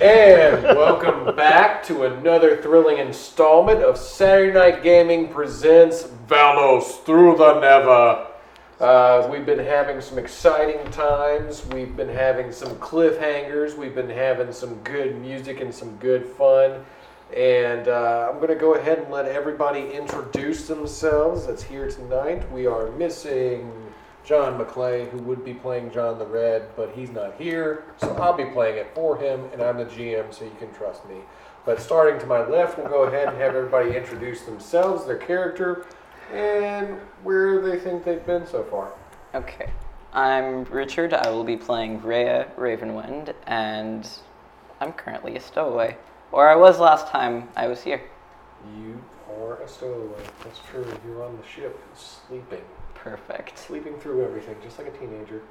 And welcome back to another thrilling installment of Saturday Night Gaming presents Valos Through the Never. Uh, we've been having some exciting times. We've been having some cliffhangers. We've been having some good music and some good fun. And uh, I'm going to go ahead and let everybody introduce themselves that's here tonight. We are missing John McClay, who would be playing John the Red, but he's not here, so I'll be playing it for him, and I'm the GM, so you can trust me. But starting to my left, we'll go ahead and have everybody introduce themselves, their character, and where they think they've been so far. Okay. I'm Richard. I will be playing Rhea Ravenwind, and I'm currently a stowaway. Or I was last time I was here. You are a stowaway. That's true. You're on the ship, sleeping, Perfect. sleeping through everything, just like a teenager.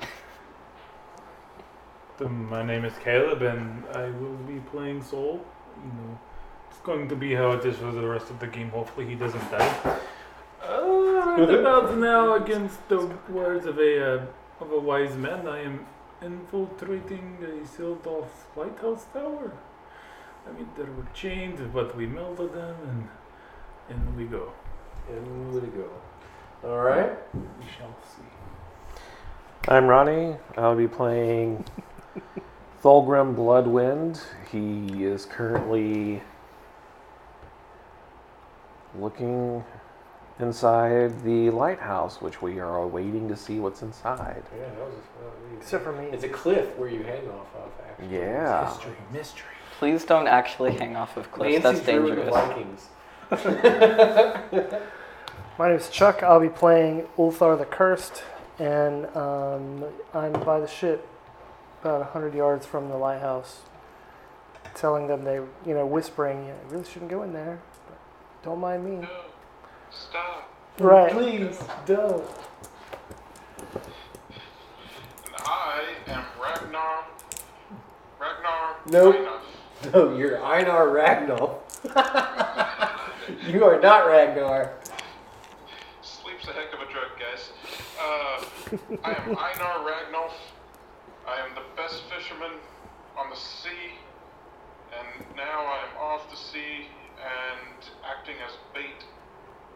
Um, My name is Caleb, and I will be playing Soul. You know, it's going to be how it is for the rest of the game. Hopefully, he doesn't die. Uh, about now, against the words of a uh, of a wise man, I am infiltrating the Sildolf Lighthouse Tower. I mean, there were chains, but we melted them, and and we go. And let it go. All right. We shall see. I'm Ronnie. I'll be playing Thulgrim Bloodwind. He is currently looking inside the lighthouse, which we are waiting to see what's inside. Yeah, that was. That was for me. it's a cliff where you hang off of, actually. Yeah. Mystery, mystery. Please don't actually hang off of cliffs. Nancy That's Drew and the dangerous. Vikings. My name is Chuck. I'll be playing Ulthar the Cursed, and um, I'm by the ship, about 100 yards from the lighthouse, telling them they, you know, whispering, you really shouldn't go in there. But don't mind me. Stop. Right. Please don't. And I am Ragnar. Ragnar. Nope. Reinhardt. No, you're Einar Ragnar. you are not Ragnar. Sleep's a heck of a drug, guys. Uh, I am Einar Ragnolf. I am the best fisherman on the sea, and now I am off the sea and acting as bait.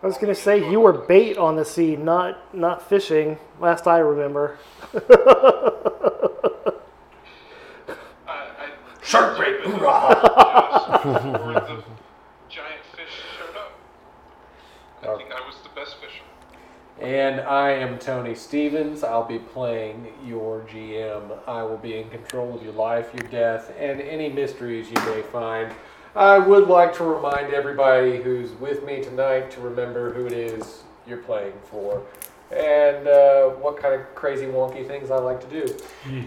I was gonna say you were bait on the sea, not not fishing. Last I remember. I, I Shark bait, Just before the giant fish showed up. I think I was the best fisherman. And I am Tony Stevens. I'll be playing your GM. I will be in control of your life, your death, and any mysteries you may find. I would like to remind everybody who's with me tonight to remember who it is you're playing for and uh, what kind of crazy, wonky things I like to do. Yeah.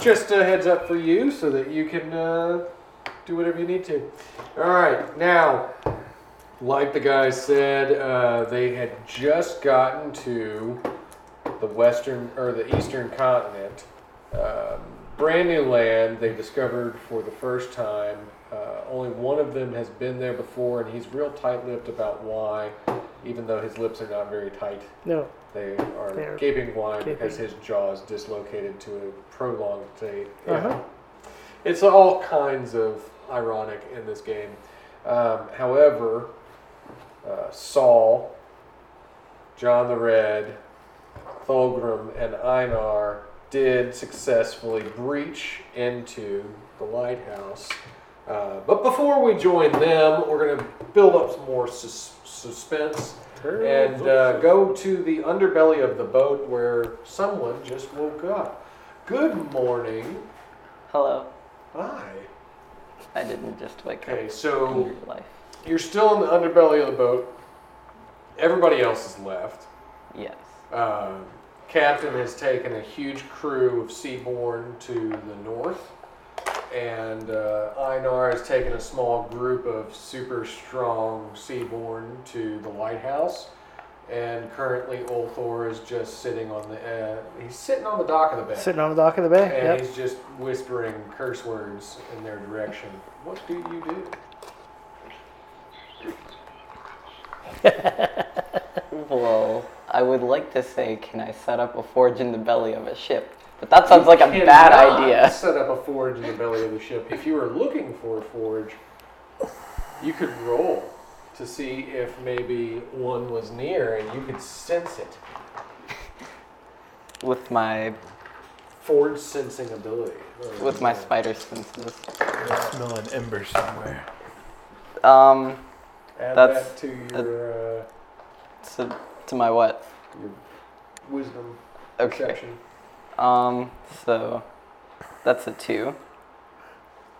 Just a heads up for you so that you can uh, do whatever you need to. All right, now, like the guy said, uh, they had just gotten to the western or the eastern continent. Um, brand new land they discovered for the first time. Uh, only one of them has been there before, and he's real tight lipped about why, even though his lips are not very tight. No. They are They're gaping wide gaping. as his jaws dislocated to a prolonged state. Yeah. Uh-huh. It's all kinds of ironic in this game. Um, however, uh, Saul, John the Red, Thulgrim, and Einar did successfully breach into the lighthouse. Uh, but before we join them, we're going to build up some more sus- suspense and uh, go to the underbelly of the boat where someone just woke up. Good morning. Hello. Hi. I didn't just wake Okay, up in so your life. you're still in the underbelly of the boat. Everybody else has left. Yes. Uh, Captain has taken a huge crew of Seaborn to the north, and uh, Einar has taken a small group of super strong Seaborn to the lighthouse. And currently, Ulthor is just sitting on the uh, he's sitting on the dock of the bay, Sitting on the dock of the bay. and Yep. he's just whispering curse words in their direction. What do you do? Well, I would like to say, can I set up a forge in the belly of a ship? But that sounds like a You bad cannot idea. Set up a forge in the belly of the ship. If you were looking for a forge, you could roll to see if maybe one was near and you could sense it. With my Forge sensing ability. Oh, with my yeah. spider senses. I smell an ember somewhere. Um, Add That's- that to your, uh, to, to my what? your wisdom Okay. section. Um, so that's a two.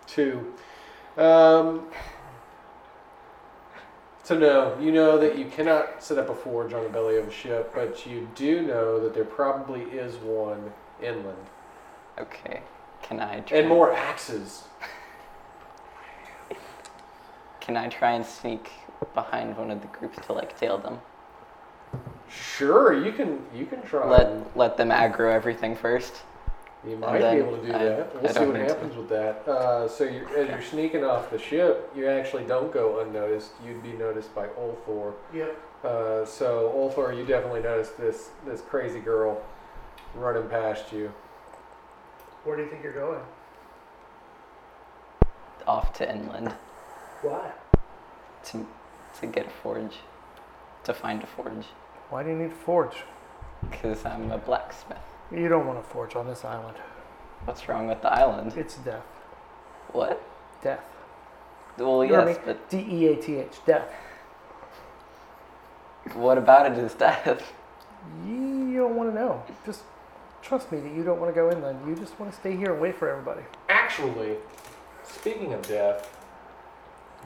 Two. Um, so no, you know that you cannot set up a forge on the belly of a ship, but you do know that there probably is one inland. Okay. Can I try, And more axes. Can I try and sneak behind one of the groups to like tail them? Sure, you can you can try. Let let them aggro everything first. you might be then able to do I- that. We'll I see don't what need to. happens with that. Uh, so you're, as you're sneaking off the ship, you actually don't go unnoticed. You'd be noticed by Ulthor. Yep. Uh, so Ulthor, you definitely noticed this this crazy girl running past you. Where do you think you're going? Off to inland Why? to to get a forge. To find a forge. Why do you need a forge? Because I'm a blacksmith. You don't want a forge on this island. What's wrong with the island? It's death. What? Death. Well, You know what I yes, mean? D E A T H. Death. but what about it is death? You don't want to know. Just trust me that you don't want to go inland. You just want to stay here and wait for everybody. Actually, speaking of death,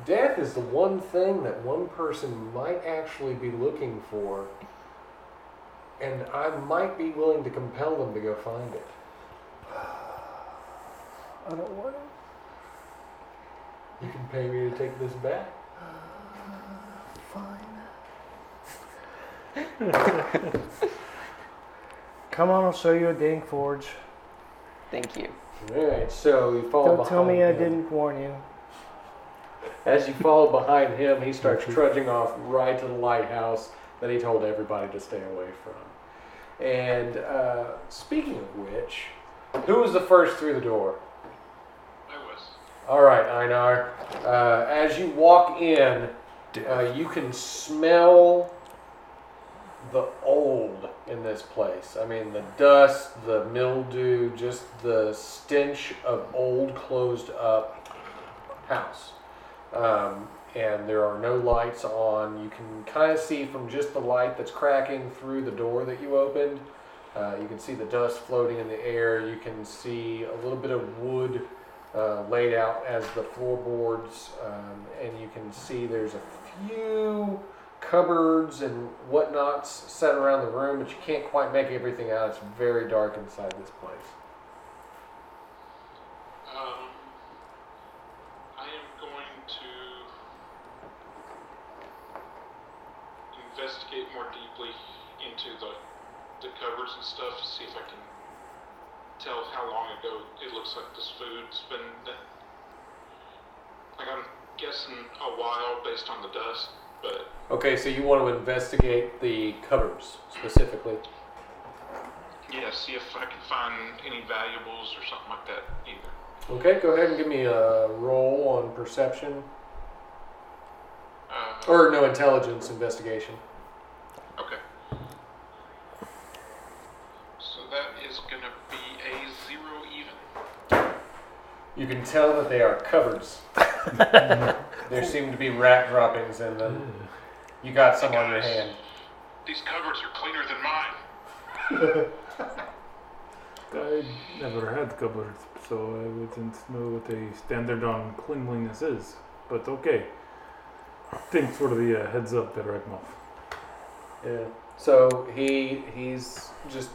death is the one thing that one person might actually be looking for, and I might be willing to compel them to go find it. I don't want to. You can pay me to take this back. Fine. Come on, I'll show you a dang forge. Thank you. Alright, so you follow Don't tell behind me I him. didn't warn you. As you follow behind him, he starts trudging off right to the lighthouse that he told everybody to stay away from. And uh, speaking of which, who was the first through the door? I was. All right, Einar. Uh, as you walk in, uh, you can smell the old in this place. I mean, the dust, the mildew, just the stench of old, closed up house. Um, and there are no lights on. You can kind of see from just the light that's cracking through the door that you opened. Uh, you can see the dust floating in the air. You can see a little bit of wood uh, laid out as the floorboards, um, and you can see there's a few cupboards and whatnots set around the room, but you can't quite make everything out. It's very dark inside this place. Um, I am going to investigate more deeply into the the cupboards and stuff, see if I can tell how long ago it looks like this food's been. Like I'm guessing a while based on the dust, but Okay, so you want to investigate the cupboards specifically. yeah, see if I can find any valuables or something like that either. Okay, go ahead and give me a roll on perception, Uh, or no, intelligence investigation. Okay. So that is gonna be a zero even. You can tell that they are cupboards. there seem to be rat droppings in them. You got some on your hand. These cupboards are cleaner than mine. I never had cupboards, so I wouldn't know what a standard on cleanliness is. But okay. Thanks for the uh, heads up there, Ragnoff. Yeah. So he he's just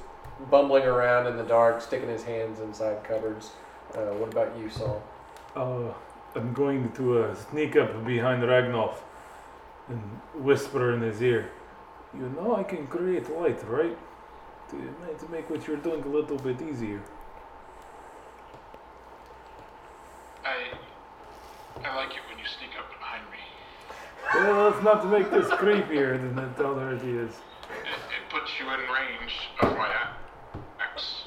bumbling around in the dark, sticking his hands inside cupboards. Uh, what about you, Saul? Uh, I'm going to uh, sneak up behind Ragnoff and whisper in his ear. You know I can create light, right? To, to make what you're doing a little bit easier. I I like it when you sneak up behind me. Well, let's not make this creepier than it already is. It, it puts you in range of my a- axe.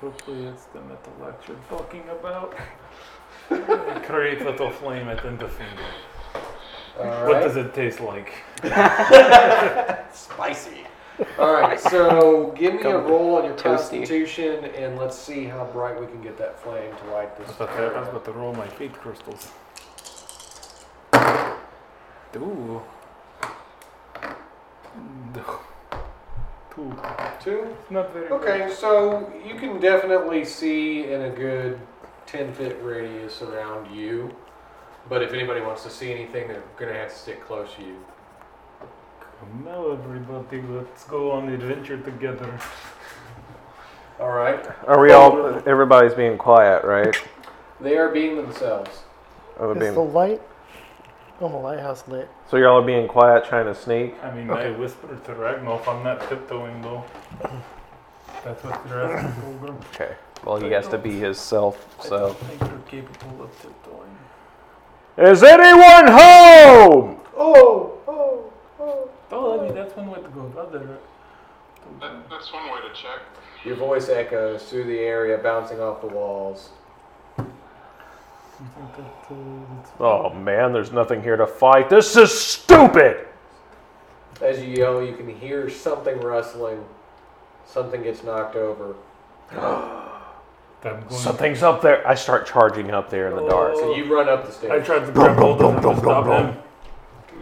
Hopefully it's them at the lecture talking about. Create little flame at the end of finger. All What right. does it taste like? Spicy. All right, so give me a roll on your Toasty. constitution, and let's see how bright we can get that flame to light I this. was about to roll my fate crystals. Ooh. Two. Two. It's not very Okay, so you can definitely see in a good ten foot radius around you, but if anybody wants to see anything, they're gonna have to stick close to you. Come now, everybody, let's go on the adventure together. All right, Are we all? Everybody's being quiet, right? they are being themselves. Are we Is being- the light on the lighthouse lit? so you're all being quiet, trying to sneak. I mean, I whispered to Ragnolf, I'm not tiptoeing though. That's what the rest of the program. Okay. Well, he has to be his self. I So. don't think they're capable of tiptoeing. Is anyone home? Oh, oh, oh! Oh, I mean, that's one way to go. Other. That, that's one way to check. Your voice echoes through the area, bouncing off the walls. You think that, uh, it's- Oh man, there's nothing here to fight. This is stupid. As you yell, you can hear something rustling. Something gets knocked over. I'm going Something's up there. I start charging up there in the dark. So you run up the Oh. I stairs. tried to grab hold of him to stop him.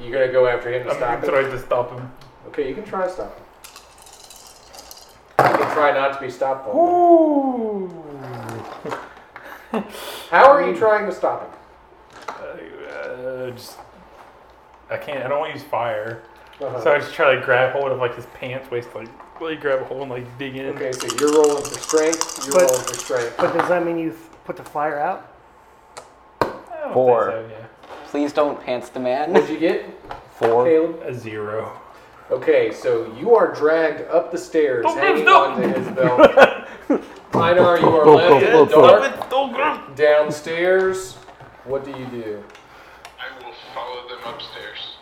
You're gonna go after him to I'm stop gonna him. try to stop him. Okay, you can try to stop him. You can try not to be stopped. by him. How are you trying to stop him? Uh, just, I can't. I don't want to use fire, Uh-huh. so I just try to grab hold of like his pants waist, like really grab a hold and like dig in. Okay, so you're rolling for strength. You're But- rolling for strength. But does that mean you put the fire out? I don't think Four. so, yeah. Please don't pants the man. What'd you get, Four. Caleb? A zero. Okay, so you are dragged up the stairs, Don't hanging move, on to his belt. Einar, you are left in the dark downstairs. What do you do? I will follow them upstairs.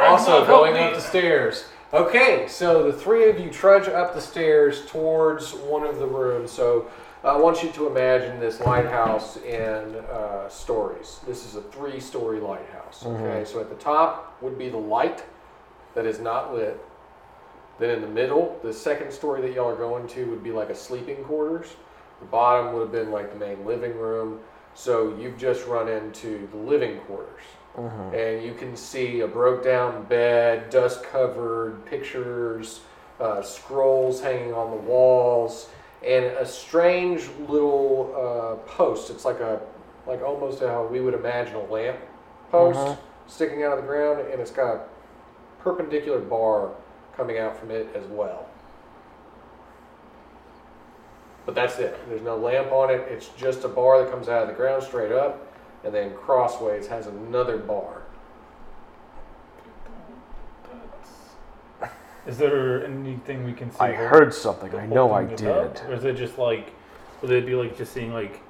Also Ragnarok, going help up me. the stairs. Okay, so the three of you trudge up the stairs towards one of the rooms. So I want you to imagine this lighthouse in uh, stories. This is a three-story lighthouse. Okay, so at the top would be the light that is not lit. Then in the middle, the second story that y'all are going to would be like a sleeping quarters. The bottom would have been like the main living room. So you've just run into the living quarters. And you can see a broke down bed, dust covered pictures, uh, scrolls hanging on the walls, and a strange little uh, post. It's like a, like almost how we would imagine a lamp post sticking out of the ground, and it's got a perpendicular bar coming out from it as well. But that's it. There's no lamp on it. It's just a bar that comes out of the ground straight up, and then crossways has another bar. That's- Is there anything we can see? I hol- heard something. I know I holding it up? did. Or is it just like? Would it be like just seeing like?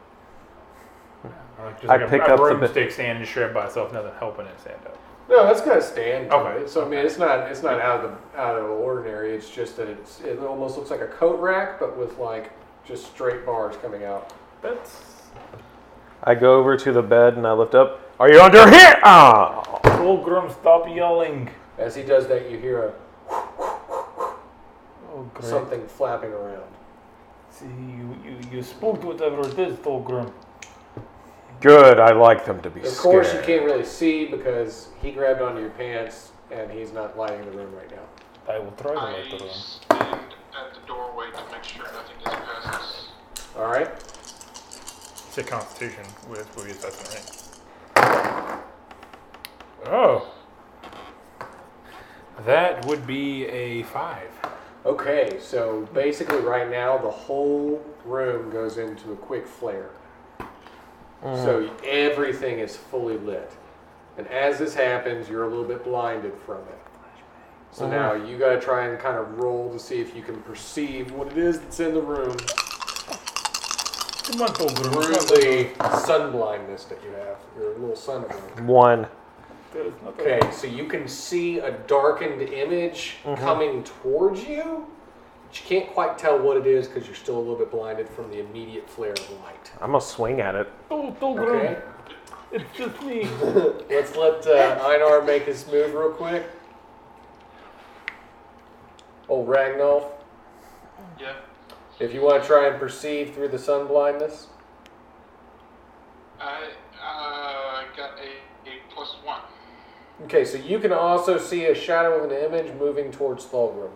Like just I like a- pick a up the bit- broomstick stand and strip by itself, nothing helping it stand up. No, that's got to stand. to Okay. it. So I mean, it's not it's not out of the out of the ordinary. It's just that it's it almost looks like a coat rack, but with like just straight bars coming out. That's I go over to the bed and I lift up. Are you under here? Ah! Fulgrim, stop yelling. As he does that, you hear a, Oh, great. something flapping around. See, you, you, you spooked whatever it is, Fulgrim. Good. I like them to be Of course, you scared. can't really see because he grabbed onto your pants and he's not lighting the room right now. I will try to I let the room. stand at the doorway to make sure nothing is past us. All right. It's a constitution with who is that, right? Oh. That would be a five. Okay, so basically, right now the whole room goes into a quick flare. So everything is fully lit, and as this happens, you're a little bit blinded from it. So now you gotta try and kind of roll to see if you can perceive what it is that's in the room Come on, Fulgrim. through the sun blindness that you have. Your little sun blind. One. There's nothing. Okay, so you can see a darkened image Mm-hmm. coming towards you, but you can't quite tell what it is because you're still a little bit blinded from the immediate flare of light. I'm gonna swing at it. Oh, don't go. Okay, It's just me. let's let uh, Einar make his move real quick. Old Ragnolf, Yeah. if you want to try and perceive through the sun blindness, I uh, got a, a plus one. Okay, so you can also see a shadow of an image moving towards Thulgrim.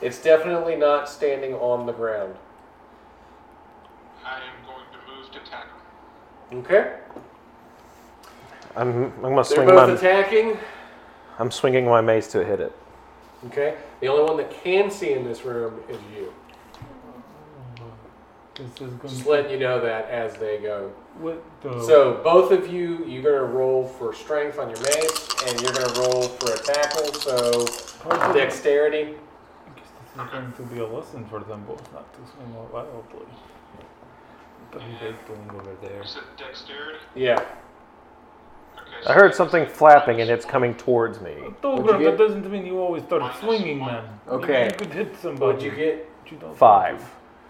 It's definitely not standing on the ground. I am going to move to tackle. Okay? I'm, I'm gonna They're swing both my attacking. I'm swinging my mace to hit it. Okay? The only one that can see in this room is you. This is going Just letting you know that as they go. What the? So, both of you, you're going to roll for strength on your mace, and you're going to roll for a tackle, so I guess dexterity. this is going to be a lesson for them both not to swim out wildly. What are they doing over there? You said dexterity? Yeah. Okay. I heard something flapping and it's coming towards me. What'd Dogram, you get? that doesn't mean you always start Minus swinging, one. man. Okay. You could hit somebody. What'd you get? but you don't- Five.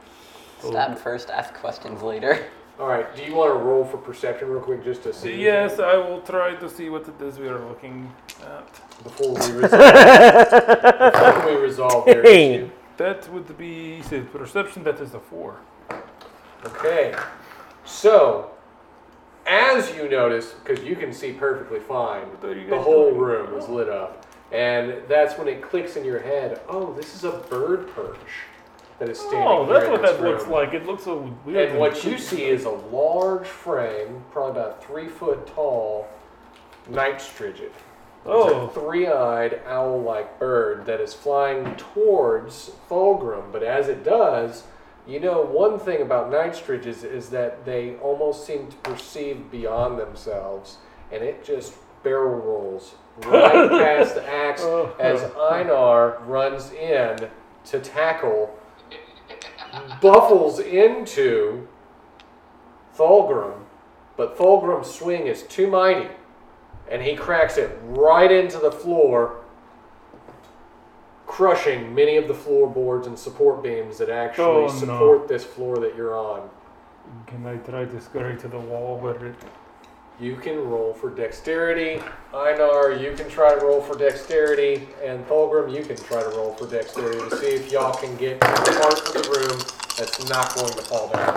Stab first, ask questions later. Alright, do you want to roll for perception real quick just to So see? yes, I will try to see what it is we are looking at. before we resolve, before we resolve their issue. That would be say, perception. That is a four. Okay. So, as you notice, because you can see perfectly fine, What are you the guys whole doing? room is lit up. And that's when it clicks in your head oh, this is a bird perch that is standing Oh, here that's in what this that looks room. like. It looks so weird. And what you see is a large frame, probably about three foot tall, night strigid. Oh, three eyed owl like bird that is flying towards Fulgrim, but as it does, you know one thing about night stridges is that they almost seem to perceive beyond themselves, and it just barrel rolls right past the axe as Einar runs in to tackle, buffles into Fulgrim, but Fulgrim's swing is too mighty and he cracks it right into the floor, crushing many of the floorboards and support beams that actually Oh, no. support this floor that you're on. can I try to scurry to the wall where it? You can roll for dexterity. Einar, you can try to roll for dexterity. And Thulgrim, you can try to roll for dexterity to see if y'all can get to the part of the room that's not going to fall down.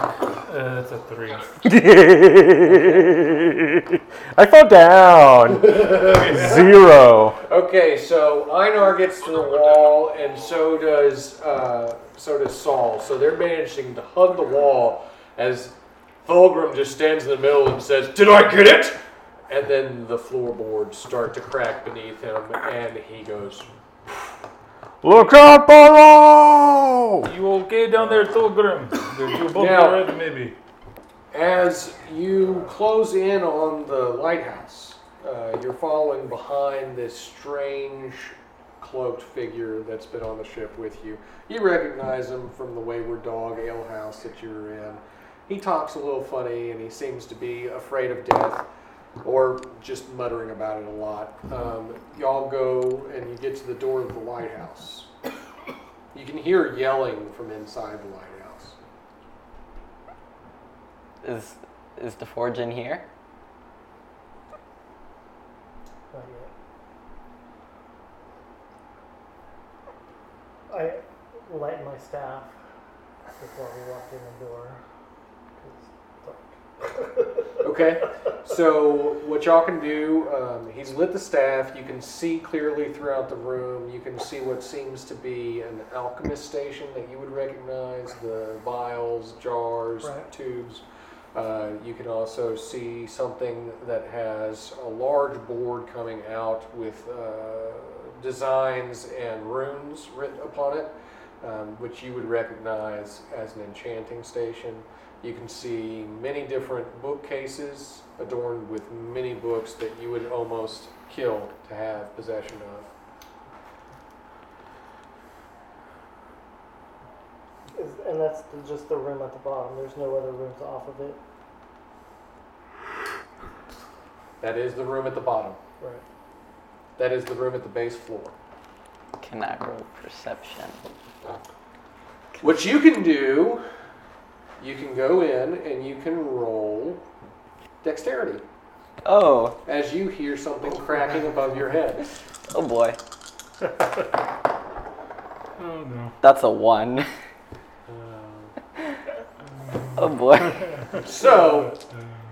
Uh, that's a three. I fell down. Zero. Okay, so Einar gets to the wall, and so does uh, so does Saul. So they're managing to hug the wall as Fulgrim just stands in the middle and says, "Did I get it?" And then the floorboards start to crack beneath him, and he goes, Look out below! You okay down there, Pilgrim? You both Now- red, maybe. As you close in on the lighthouse, uh, you're following behind this strange cloaked figure that's been on the ship with you. You recognize him from the Wayward Dog alehouse that you were in. He talks a little funny and he seems to be afraid of death or just muttering about it a lot. Um, y'all go and you get to the door of the lighthouse. You can hear yelling from inside the lighthouse. Is is the forge in here? Not yet. I light my staff before we walk in the door. 'cause it's dark. Okay, so what y'all can do, um, he's lit the staff. You can see clearly throughout the room. You can see what seems to be an alchemist station that you would recognize the vials, jars, Right. tubes. Uh, you can also see something that has a large board coming out with uh, designs and runes written upon it, um, which you would recognize as an enchanting station. You can see many different bookcases adorned with many books that you would almost kill to have possession of. Is, and that's the, just the room at the bottom. There's no other rooms off of it. That is the room at the bottom. Right. That is the room at the base floor. Can I roll perception? What you can do, you can go in and you can roll dexterity Oh, as you hear something cracking above your head. oh boy, Oh no. that's a one. oh boy. So,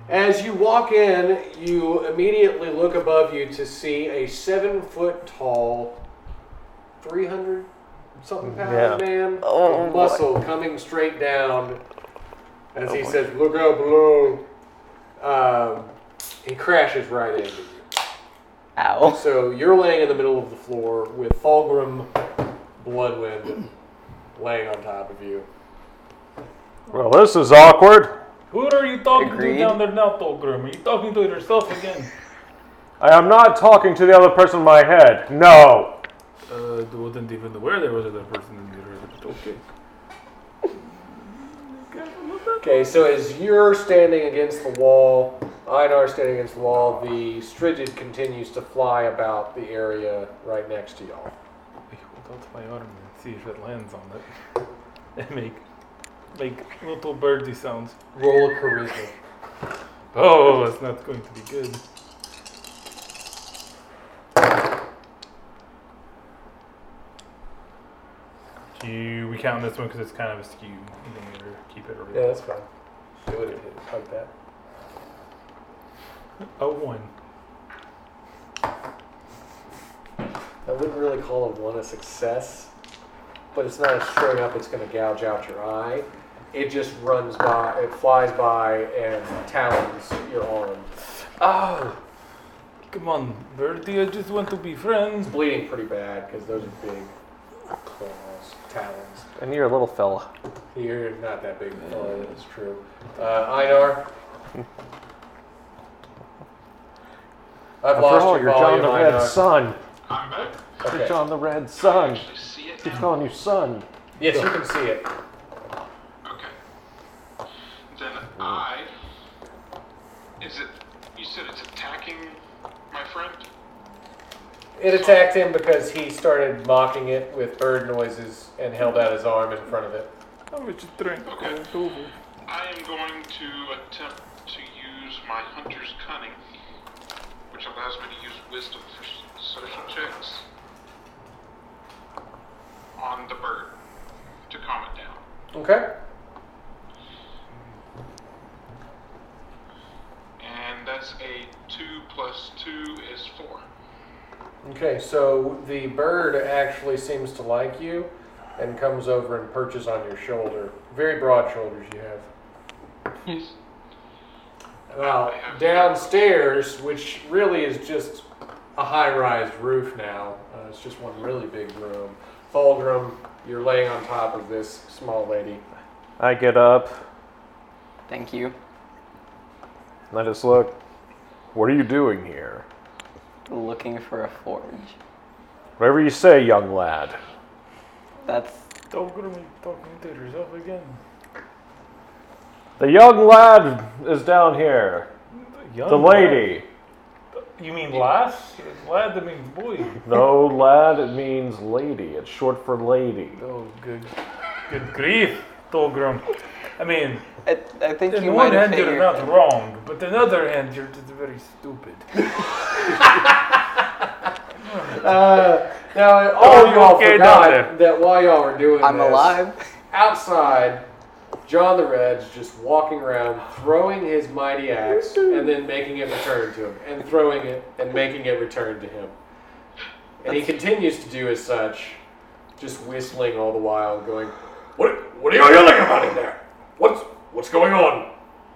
as you walk in, you immediately look above you to see a seven foot tall, 300 something pound Yeah. man Oh, with boy. muscle coming straight down as he boy. says, Look out below. Um, he crashes right into you. Ow. So you're laying in the middle of the floor with Fulgrim Bloodwind laying on top of you. Well, this is awkward. Who are you talking Agreed. to down there now, Tolgrim? Are you talking to yourself again? I am not talking to the other person in my head. No. Uh, I wasn't even aware there was another person in the room. but Okay. Okay, so as you're standing against the wall, Einar standing against the wall, the Strigid continues to fly about the area right next to y'all. I hold out my arm and see if it lands on it. And make make little birdie sounds. Roll a charisma. Oh, it's not going to be good. Do you- we count this one because it's kind of askew? You can either keep it or Yeah, that's fine. It would have hit like that. a one. I wouldn't really call a one a success, but it's not straight up. It's going to gouge out your eye. It just runs by. It flies by and talons your arm. Oh, come on, birdie! I just want to be friends. bleeding pretty bad because those are big claws, talons. And you're a little fella. You're not that big of a fella, that's true. Uh, Einar. I've After lost all, your you're John volume, the Einar. Red Sun. I'm back. Okay. You're John the Red Sun. Actually see it Keep now. calling you Sun. Yes, you can see it. Okay. Then I. Is it? You said it's attacking my friend. It attacked him because he started mocking it with bird noises and held out his arm in front of it. I was just trying to Okay. it over. I am going to attempt to use my hunter's cunning, which allows me to use wisdom for s- social checks on the bird to calm it down. Okay. And that's a two plus two is four. Okay, so the bird actually seems to like you and comes over and perches on your shoulder. Very broad shoulders you have. Yes. Well, downstairs, which really is just a high-rise roof now. Uh, it's just one really big room. Fulgrim, you're laying on top of this small lady. I get up Thank you. and I just look. What are you doing here? Looking for a forge. Whatever you say, young lad. That's Don't go to me talking to yourself again. The young lad is down here. Young The Oh, lady. lad. You mean lass? Lad that means boy. No, lad, it means lady. It's short for lady. Oh, good, good grief, Tolgrim. I mean, I, I think in you one might have hand you're figured. not wrong, but on the other hand you're just very stupid. Uh, now, all Oh, of y'all okay, down forgot that while y'all were doing I'm this, alive. outside, John the Red's just walking around, throwing his mighty axe, and then making it return to him, and throwing it and making it return to him. And he continues to do as such, just whistling all the while, going, "What? What are y'all yelling about in there? What's What's going on?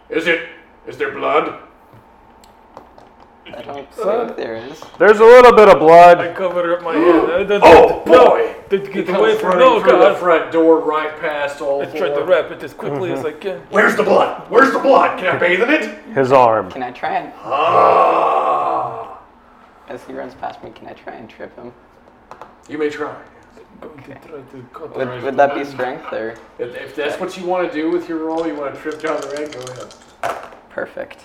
Is it? Is there blood?" I don't think there is. There's a little bit of I blood. cover up my head. That's Oh, no, boy. That He gets comes away from running no through the God. front door, right past all I try to four. wrap it as quickly as Mm-hmm. I can. Where's the blood? Where's the blood? Can I bathe in it? His arm. Can I try and, Ah. as he runs past me, can I try and trip him? You may try. I'm going to try to cut Would, would that be strength or If, if that's what you want to do with your roll, you want to trip down the red, go ahead. perfect?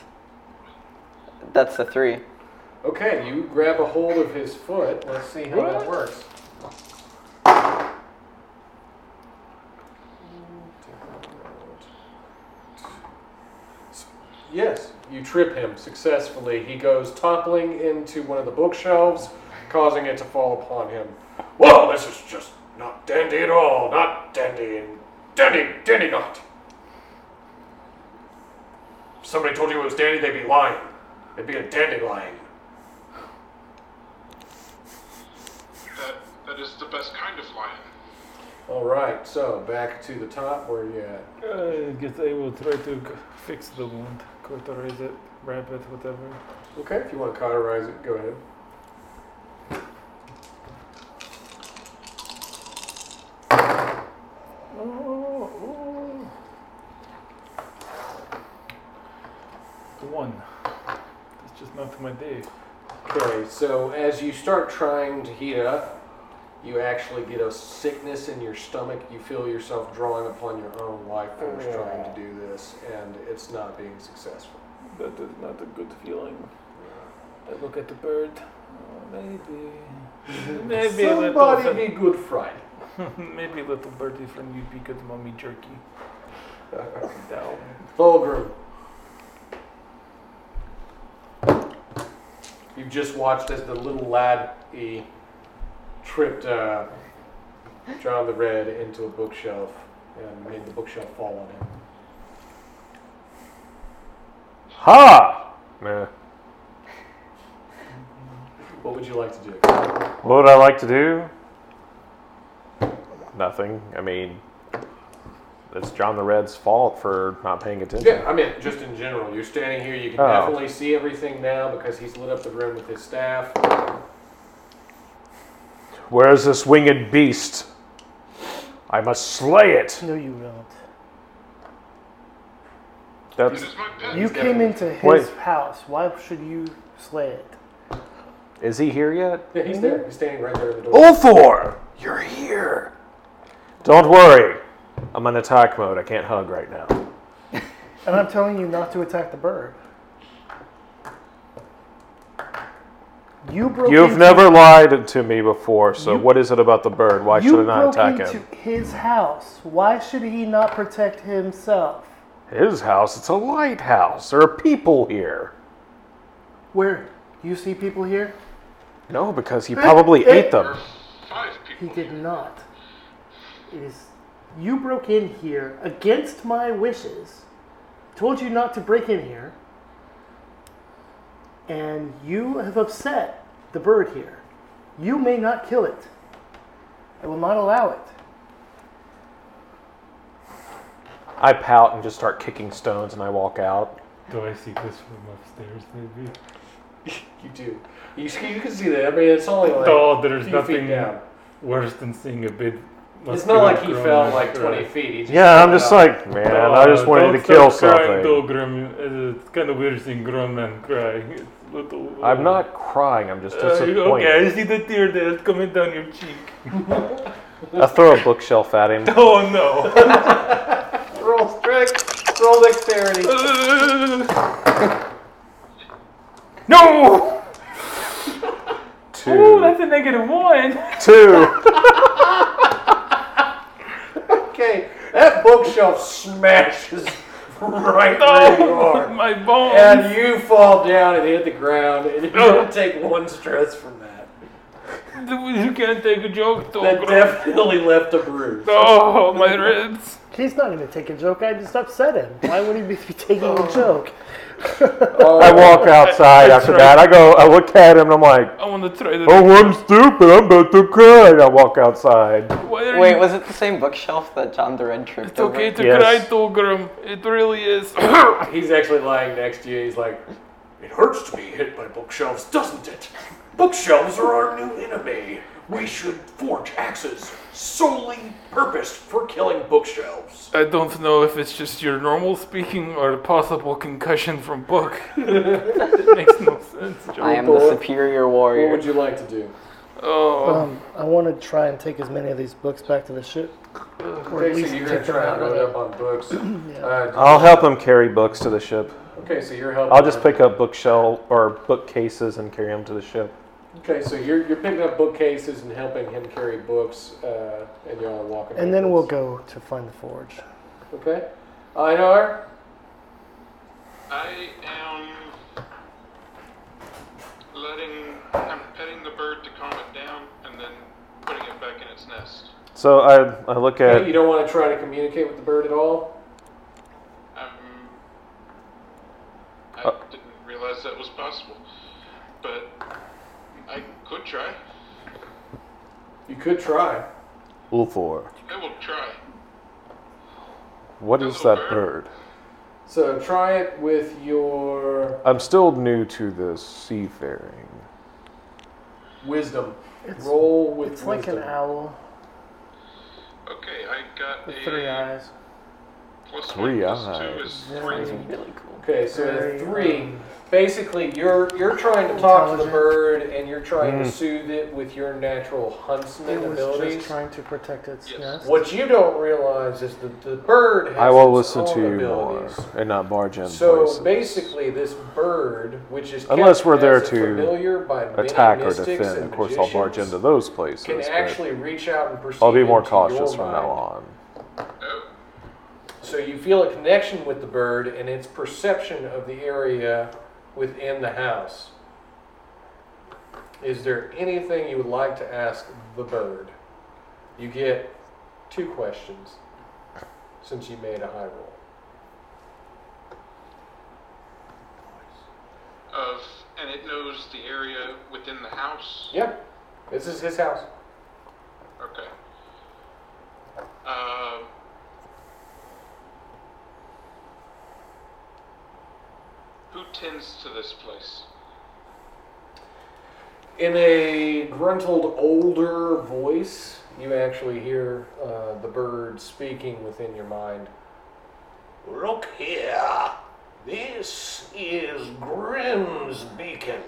That's a three. Okay, you grab a hold of his foot. Let's see how that works. Yes, you trip him successfully. He goes toppling into one of the bookshelves, causing it to fall upon him. Whoa, this is just not dandy at all. Not dandy. Dandy, dandy not. If somebody told you it was dandy, they'd be lying. They'd be a dandelion. That, that is the best kind of lion. All right, so back to the top where you at. I guess I will try Uh, to c- fix the wound, cauterize it, wrap it, whatever. Okay, if you want to cauterize it, go ahead. Oh, oh. One. That's just not my day. Okay, so as you start trying to heat up, you actually get a sickness in your stomach. You feel yourself drawing upon your own life force trying to do this, and it's not being successful. That is not a good feeling. I look at the bird. Oh, maybe. Maybe a little. Somebody be good Friday. maybe a little birdie from you be good mommy jerky. Down. Fulgrim. You've just watched as the little lad he tripped uh, John the Red into a bookshelf and made the bookshelf fall on him. Ha! Meh. What would you like to do? What would I like to do? Nothing. I mean, it's John the Red's fault for not paying attention. Yeah, I mean, just in general. You're standing here, you can Oh. definitely see everything now because he's lit up the room with his staff. Where's this winged beast? I must slay it. No, you don't. It That's is my pet. You came into his Wait. house. Why should you slay it? is he here yet? Yeah, he's there. He's standing right there at the door. Ulthor, you're here. Don't worry. I'm in attack mode. I can't hug right now. And I'm telling you not to attack the bird. You broke. You've into, never lied to me before, so You- what is it about the bird? Why you should I not broke attack into him? his house. Why should he not protect himself? His house, it's a lighthouse. There are people here. Where you see people here? No, because he probably eh. ate them. There are five He people. did not. It is you broke in here against my wishes. Told you not to break in here. And you have upset the bird here. You may not kill it. I will not allow it. I pout and just start kicking stones and I walk out. Do I see this from upstairs, maybe? You do. You, see- you can see that. I mean, it's only like No, a there's few nothing feet down. worse than seeing a big. It's not like he muscular fell grown like man cry. 20 feet. He just Yeah, I'm fell just down. like, man, I Oh, just wanted don't to kill start crying, something. Though, Grim. Uh, It's kind of weird seeing grown men cry. It's little, I'm not crying, I'm just Uh, okay, disappointed. I see the tear that's coming down your cheek. I throw a bookshelf at him. Oh no! Roll strength, roll dexterity. no! Ooh, Two. that's a negative one. Two. Okay, that bookshelf smashes right where you Oh, are. my bones. And you fall down and hit the ground, and you don't take one stress from that. you can't take a joke, though. That Grim. definitely left a bruise. Oh, my ribs. He's not going to take a joke. I just upset him. Why would he be taking a joke? I walk outside That's after right. that. I go, I look at him and I'm like, I want to try that. oh, I'm stupid. I'm about to cry. And I walk outside. Why are Wait, you- was it the same bookshelf that John the Red tripped It's okay over? to Yes. cry, Tolgrim. It really is. He's actually lying next to you. He's like, It hurts to be hit by bookshelves, doesn't it? Bookshelves are our new enemy. We should forge axes solely purposed for killing bookshelves. I don't know if it's just your normal speaking or a possible concussion from book. it makes no sense, Joe. I am the superior warrior. you like to do? Oh, Um, I want to try and take as many of these books back to the ship. Or at okay, least so you're take gonna them try out and of load it. up on books. Yeah. Uh, do I'll help him carry books to the ship. you- Okay, so you're helping. I'll just her. pick up bookshelf or bookcases and carry them to the ship. Okay, so you're you're picking up bookcases and helping him carry books, uh, and you're all walking. And then we'll backwards. go to find the forge. Okay, Uh, Einar. I am letting, I'm petting the bird to calm it down and then putting it back in its nest. So I I look Okay, at you don't want to try to communicate with the bird at all. I'm, I Uh. didn't realize that was possible, but I could try. You could try. Ulthor. I will try. What is that bird? So try it with your I'm still new to the seafaring. wisdom. It's, Roll with it's like an wisdom. owl Okay, I got with a three eyes. plus Three one plus eyes. two is Very- It's three. really cool. Okay, so Very, at three, um, basically you're you're trying to talk to the Intelligent. bird and you're trying to Mm. soothe it with your natural huntsman It was abilities. just trying to protect its Yes. nest. What you don't realize is that the bird has I will its listen own to you more abilities. and not barge in So places. basically, this bird, which is kept Unless we're there as a to familiar by many attack or mystics defend. and Of course, I'll barge magicians, into those places. Can but actually reach out and perceive. I'll be more into your cautious from mind. now on. Oh, So you feel a connection with the bird and its perception of the area within the house. Is there anything you would like to ask the bird? You get two questions since you made a high roll. of, and it knows the area within the house. Yep, this is his house. Okay. Um, who tends to this place? In a gruntled, older voice, you actually hear uh, the bird speaking within your mind. Look here. This is Grimm's beacon.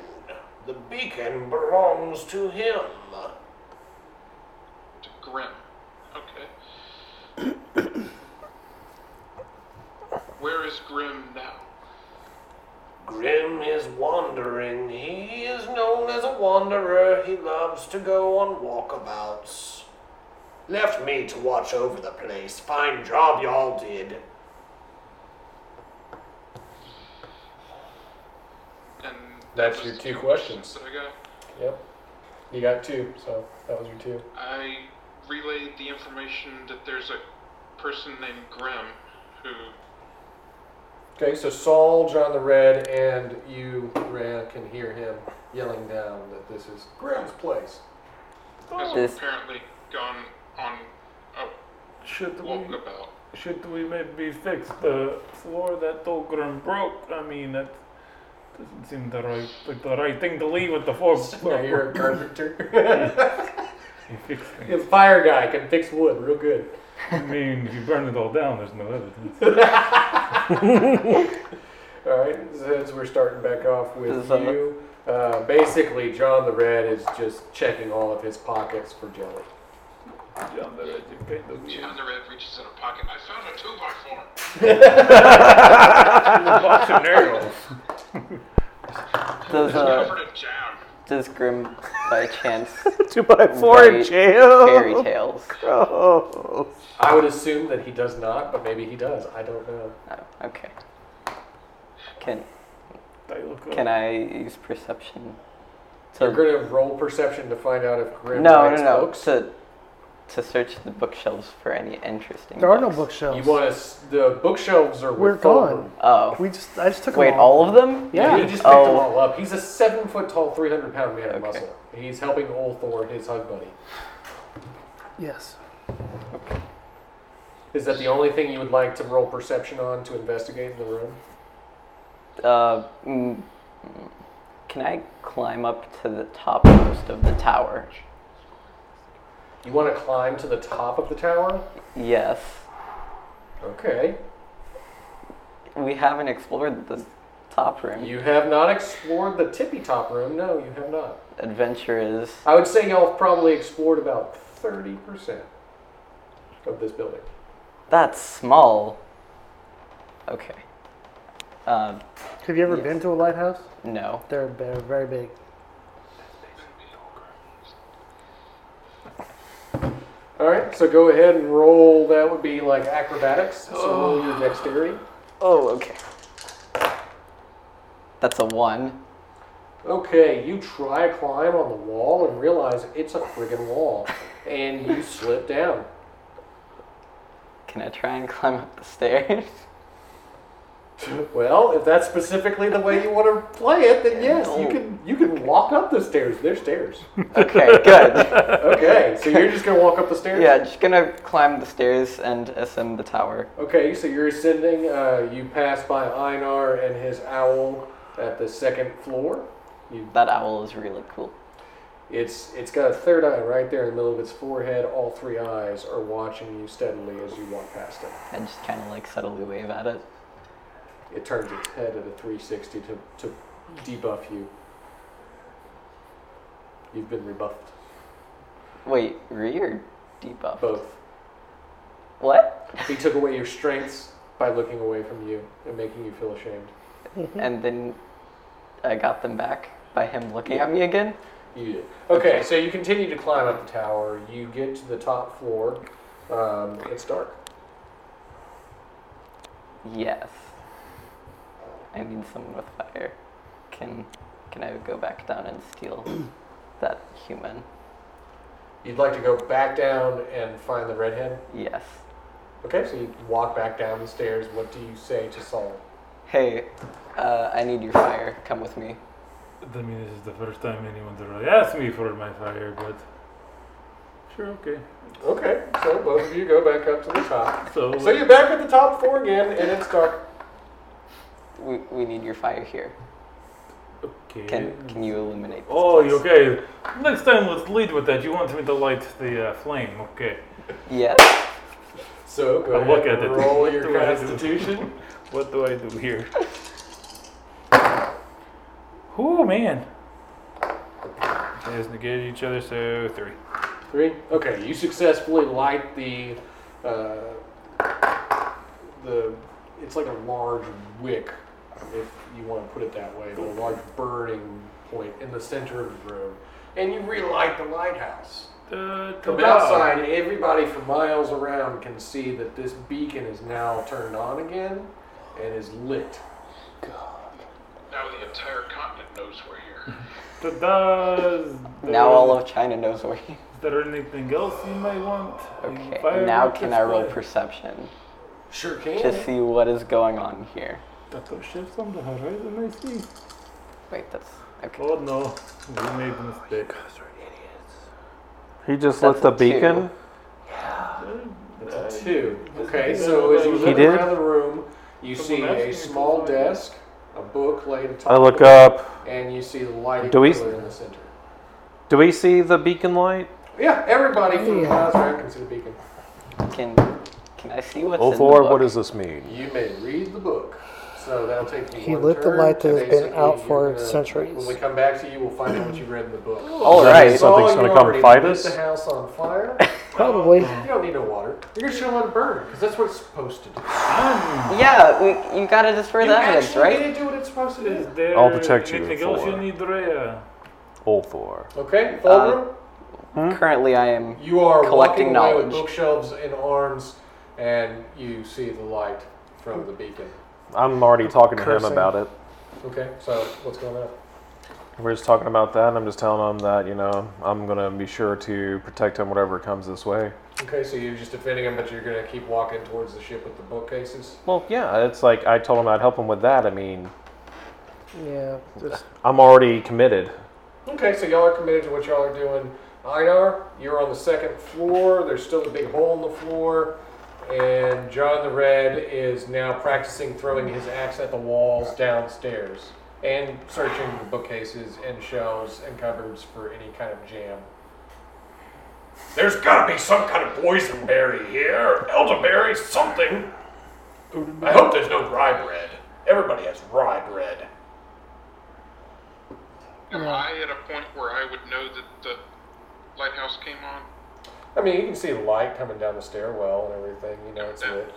The beacon belongs to him. To Grim. Okay. Where is Grim now? Grim is wandering. He is known as a wanderer. He loves to go on walkabouts. Left me to watch over the place. Fine job y'all did. And That's that your was two the questions. That I got. Yep. You got two, so that was your two. I relayed the information that there's a person named Grim who. Okay, so Saul, John the Red, and you, Rhea, can hear him yelling down that this is Graham's place. has This- apparently gone on a Should we, walkabout. should we maybe fix the floor that Tolgrim broke? I mean, that doesn't seem the right, like the right thing to leave with the floor. Oh. Now you're a carpenter. You fix things. the fire guy can fix wood real good. I mean, if you burn it all down, there's no evidence. All right, since we're starting back off This with is on the- you, uh, basically, John the Red is just checking all of his pockets for jelly. John the Red, you paint the wheel. John the Red reaches in a pocket. I found a two by four. Box of nails. Does uh, Covered in jam. does Grim by chance Two by four in Right. fairy jail. tales? Oh. I would assume that he does not, but maybe he does. I don't know. Oh, okay. Can They look can up. I use perception? You're To going to roll perception to find out if Grim no no writes no books. to to search the bookshelves for any interesting. There are no books. You bookshelves. want us? The bookshelves are. with We're Fulmer. gone. Oh We just I just took 'em wait, all of them? Yeah, he Yeah. just picked them Oh. all up. He's a seven foot tall, three hundred pound man of Okay. muscle. He's helping old Thor, his hug buddy. Yes. Is that the only thing you would like to roll perception on to investigate in the room? Uh, mm, mm. can I climb up to the topmost of the tower? You want to climb to the top of the tower? Yes. Okay. We haven't explored the top room. You have not explored the tippy top room. No, you have not. Adventure is I would say y'all have probably explored about thirty percent of this building. That's small. Okay. Um, Have you ever Yes. been to a lighthouse? no. They're be- very big. All right, so go ahead and roll. That would be like acrobatics. So roll your dexterity. Oh, okay. That's a one. Okay, you try climb on the wall and realize it's a friggin' wall, and you slip down. Can I try and climb up the stairs? Well, if that's specifically the way you want to play it, then yes, you No. can you can walk up the stairs. They're stairs. Okay, good. Okay, so you're just gonna walk up the stairs. yeah, just gonna climb the stairs and ascend the tower. Okay, so you're ascending. Uh, you pass by Einar and his owl at the second floor. You, That owl is really cool. it's it's got a third eye right there in the middle of its forehead. All three eyes are watching you steadily as you walk past it. I just kind of like subtly wave at it. It turns its head at a 360 to, to debuff you. You've been rebuffed. Wait, re or debuff? Both. What? He took away your strengths by looking away from you and making you feel ashamed. And then I got them back by him looking at me again. You did. Okay, so you continue to climb up the tower. You get to the top floor. Um, it's dark. Yes. I need someone with fire. Can can I go back down and steal that human? You'd like to go back down and find the redhead. Yes. Okay, so you walk back down the stairs. What do you say to Saul? Hey, uh, I need your fire. Come with me. I mean, this is the first time anyone's ever asked me for my fire, but sure, okay. Okay, so both of you go back up to the top. So, So you're back at the top floor again, and it's dark. We, we need your fire here. okay. Can can you illuminate? This Oh, place? you okay? Next time, let's lead with that. You want me to light the uh, flame? Okay. Yes. So go I'll ahead look and at it. roll your Do I do- constitution. What do I do here? oh man. They just negate each other, so three. Three. Okay, you successfully light the uh, the. It's like a large wick, if you want to put it that way, but a large burning point in the center of the room, and you relight the lighthouse. Uh, From ta-da. outside, everybody for miles around can see that this beacon is now turned on again and is lit. Now the entire continent knows we're here. Ta-da. Is there- Now all of China knows where you. Is there anything else you might want? Okay. Fire Now up can this I roll way. perception Sure can. to see what is going on here? That those ships on the horizon, I see. Wait, that's okay. Oh no, we made a mistake. He just That's lit the a two. beacon. Uh, Two. Okay, so as you He look did? around the room, you see Someone a else can small control it. desk, a book laid atop I look of it, up. and you see the lighting Do we- pillar in the center. Do we see the beacon light? Yeah, everybody from miles around can see the beacon. Can can I see what's Oh in four. the book? What does this mean? You may read the book. So that'll take you He one lit the turn light to that has been basically out you're for gonna- centuries. When we come back to you, we'll find out what you read in the book. All That means right. Something's Saul, gonna you come already fight lit us? the house on fire. Probably. you don't need no water. You're just gonna let it burn, because that's what it's supposed to do. Yeah, we, you gotta destroy you the evidence, actually right? didn't do what it's supposed to Is do. there I'll protect you anything else for- you need, Rhea? Oh four. Okay, Fulgrim? Hmm? Currently, I am. You are Collecting walking away with knowledge. bookshelves in arms, and you see the light from the beacon. I'm already talking to him Cursing. about it. Okay, so what's going on? We're just talking about that, and I'm just telling him that you know I'm gonna be sure to protect him whatever comes this way. Okay, so you're just defending him, but you're gonna keep walking towards the ship with the bookcases. Well, yeah, it's like I told him I'd help him with that. I mean, Yeah, just I'm already committed. Okay, so y'all are committed to what y'all are doing. Einar, you're on the second floor. There's still a big hole in the floor, and John the Red is now practicing throwing his axe at the walls downstairs and searching the bookcases and shelves and cupboards for any kind of jam. There's gotta be some kind of boysenberry here, elderberry, something. I hope there's no rye bread. Everybody has rye bread. Am I at a point where I would know that the lighthouse came on? I mean, you can see the light coming down the stairwell and everything. You know, it's lit.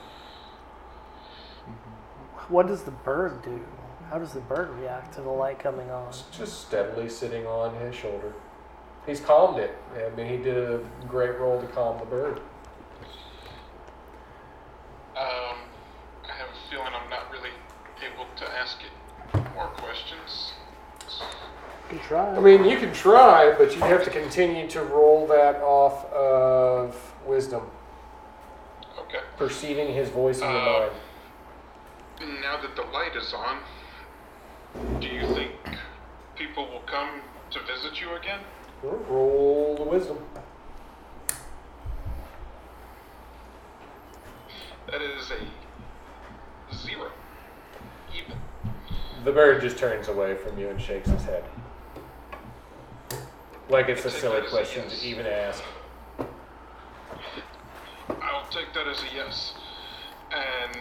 What does the bird do? How does the bird react to the light coming on? It's just steadily sitting on his shoulder. He's calmed it. I mean, he did a great role to calm the bird. Um, I have a feeling I'm not really able to ask it more questions. You try. I mean, you can try, but you have to continue to roll that off of wisdom, Okay. perceiving his voice in your Uh, mind. Now that the light is on, do you think people will come to visit you again? Roll the wisdom. That is a zero. Even. The bird just turns away from you and shakes his head. Like it's a silly question to even ask. I'll take that as a yes. And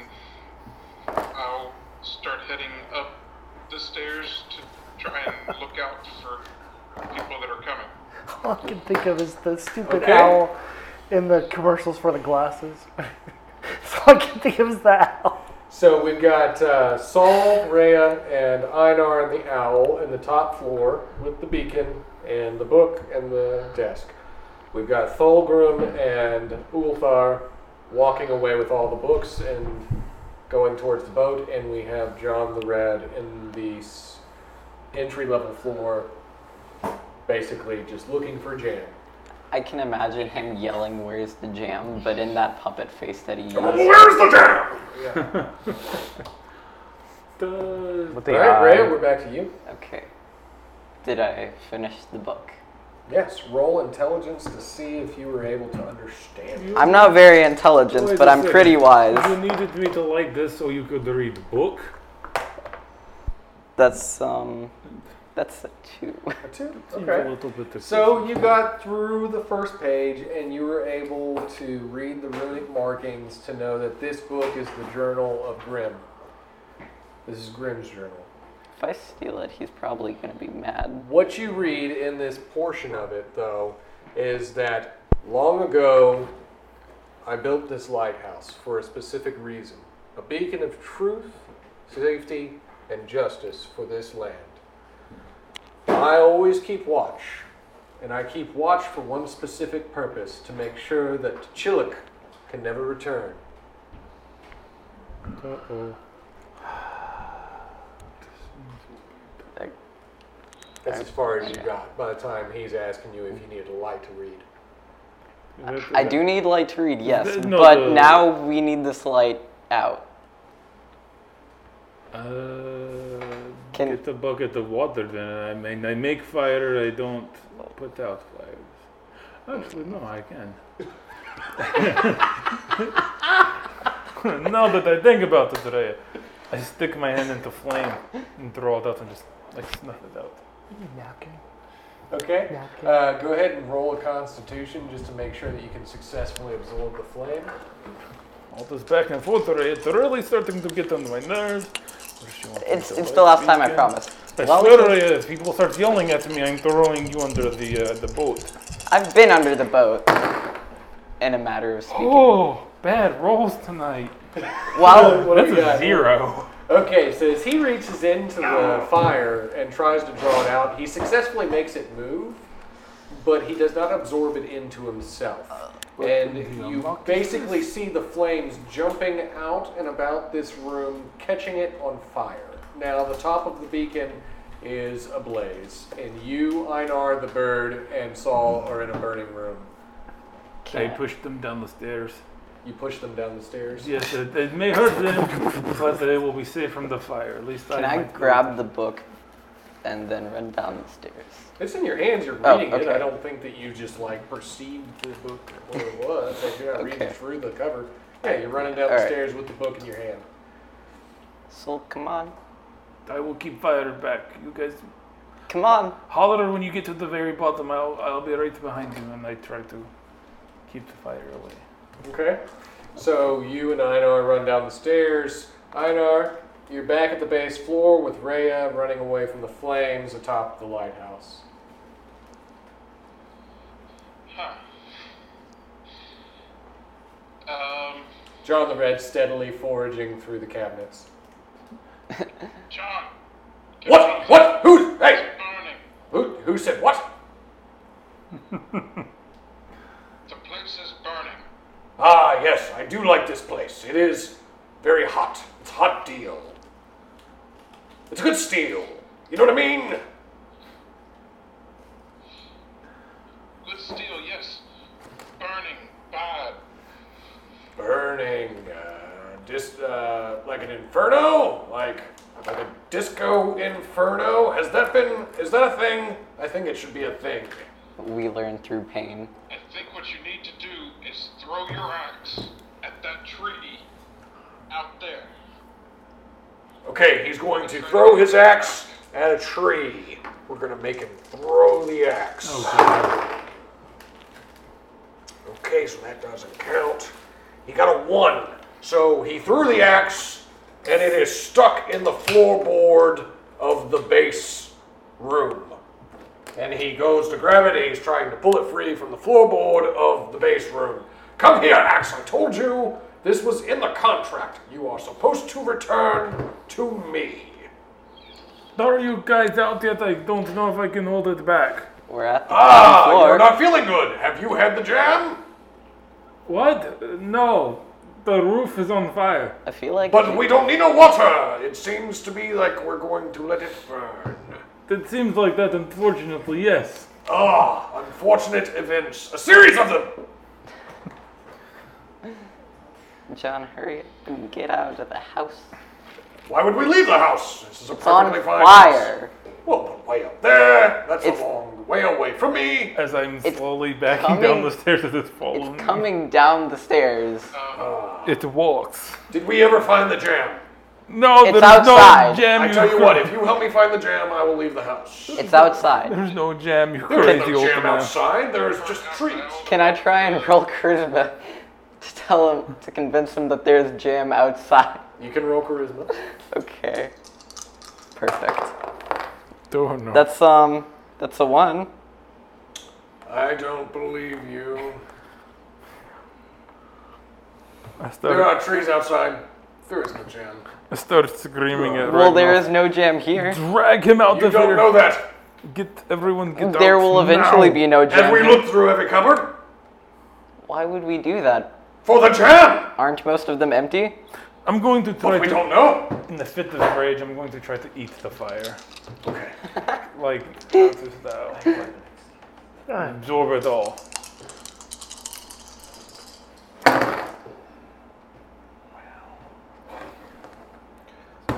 I'll start heading up the stairs to try and look out for people that are coming. All I can think of is the stupid Okay. owl in the commercials for the glasses. That's all I can think of is the owl. So we've got uh, Saul, Rhea, and Einar and the owl in the top floor with the beacon and the book and the desk. We've got Tholgrim and Ulthar walking away with all the books and going towards the boat, and we have John the Red in the s- entry level floor, basically just looking for Jan. I can imagine him yelling, "Where's the jam?" But in that puppet face that he used. the jam? Yeah. With All the right, eye. Rhea, we're back to you. Okay. Did I finish the book? Yes, roll intelligence to see if you were able to understand. I'm not very intelligent, Wait but a I'm second. pretty You wise. needed me to like this so you could read book. That's um, that's a two. A two. Seems a Okay. little bit different. So you got through the first page and you were able to read the runic markings to know that this book is the Journal of Grimm. This is Grimm's journal. If I steal it, he's probably gonna be mad. What you read in this portion of it, though, is that long ago I built this lighthouse for a specific reason a beacon of truth, safety, and justice for this land. I always keep watch, and I keep watch for one specific purpose to make sure that Chilik can never return. Uh-oh. That's as far as you got by the time he's asking you if you needed a light to read. That- I do need light to read, yes, Th- no, but the- now we need this light out. Uh, Can- get the bucket of water then. I mean, I make fire. I don't put out fires. Actually, no, I can. now that I think about it, Raya, I stick my hand into flame and throw it out and just like snuff it out. Napkin. Okay? Napkin. Uh, go ahead and roll a constitution just to make sure that you can successfully absorb the flame. All this back and forth, Raya, it's really starting to get on my nerves. Where she wants me It's to it's light the last time, I beacon. promise. I Well, swear, we Raya, if uh, people start yelling at me, I'm throwing you under the uh, the boat. I've been under the boat. In a matter of speaking. Oh, bad rolls tonight. Oh. While What do That's we a got? zero. Okay, so as he reaches into the fire and tries to draw it out, he successfully makes it move, but he does not absorb it into himself. And you basically see the flames jumping out and about this room, catching it on fire. Now, the top of the beacon is ablaze, and you, Einar, the bird, and Saul are in a burning room. I pushed them down the stairs. You push them down the stairs. Yes, it, it may hurt them, but they will be safe from the fire. At least can I I might be. grab the book and then run down the stairs? It's in your hands. You're Oh, reading it. okay. I don't think that you just like perceived the book what it was. Like you're not reading Okay. through the cover. Yeah, you're running down the Alright. stairs with the book in your hand. So come on, I will keep fire back. You guys come on. holler when you get to the very bottom. I'll, I'll be right behind you, and I try to keep the fire away. Okay. So you and Einar run down the stairs. Einar, you're back at the base floor with Rhea running away from the flames atop the lighthouse. Huh. Um, John the Red steadily foraging through the cabinets. John. get What? up. What? Who? Hey! It's burning. Who, who said what? The place is burning. Ah, yes, I do like this place. It is very hot. It's hot deal. It's good steel. You know what I mean? Good steel, yes. Burning. Bad. Burning. Uh, dis, uh, like an inferno? Like, like a disco inferno? Has that been. Is that a thing? I think it should be a thing. We learn through pain. I think what you need to do is throw your axe at that tree out there. Okay, he's going to throw his axe at a tree. We're gonna make him throw the axe. Okay, so that doesn't count. He got a one. So he threw the axe, and it is stuck in the floorboard of the base room. And he goes to grab it, and he's trying to pull it free from the floorboard of the base room. Come here, axe, I told you! This was in the contract. You are supposed to return to me. Are you guys out yet? I don't know if I can hold it back. We're at the bottom Ah, floor. you're not feeling good. Have you had the jam? What? No. The roof is on fire. I feel like But we don't need no water. It seems to be like we're going to let it burn. It seems like that, unfortunately, yes. Ah, unfortunate events. A series of them. John, hurry and get out of the house. Why would we leave the house? This is a It's on perfectly fine house. fire. Well, but way up there. That's It's- a long way away from me. As I'm It's slowly backing coming- down the stairs as it's following. It's coming down the stairs. Uh, It walks. Did we ever find the jam? No, It's there's no outside. jam. I tell you what, if you help me find the jam, I will leave the house. It's outside. There's no jam, you There's crazy no old jam man. outside. There's just trees. Can I try and roll charisma to tell him to convince him that there's jam outside? You can roll charisma. Okay. Perfect. Don't know. That's um that's a one. I don't believe you. I There start, are trees outside. There is no jam. I start screaming at Well, right there now. is no jam here. Drag him out You of don't here. know that. Get everyone get There out will eventually now. be no jam. Have we here. looked through every cupboard? Why would we do that? For the jam! Aren't most of them empty? I'm going to try But we to. don't know. In the fit of rage, I'm going to try to eat the fire. Okay. Like, out of style. Absorb it all.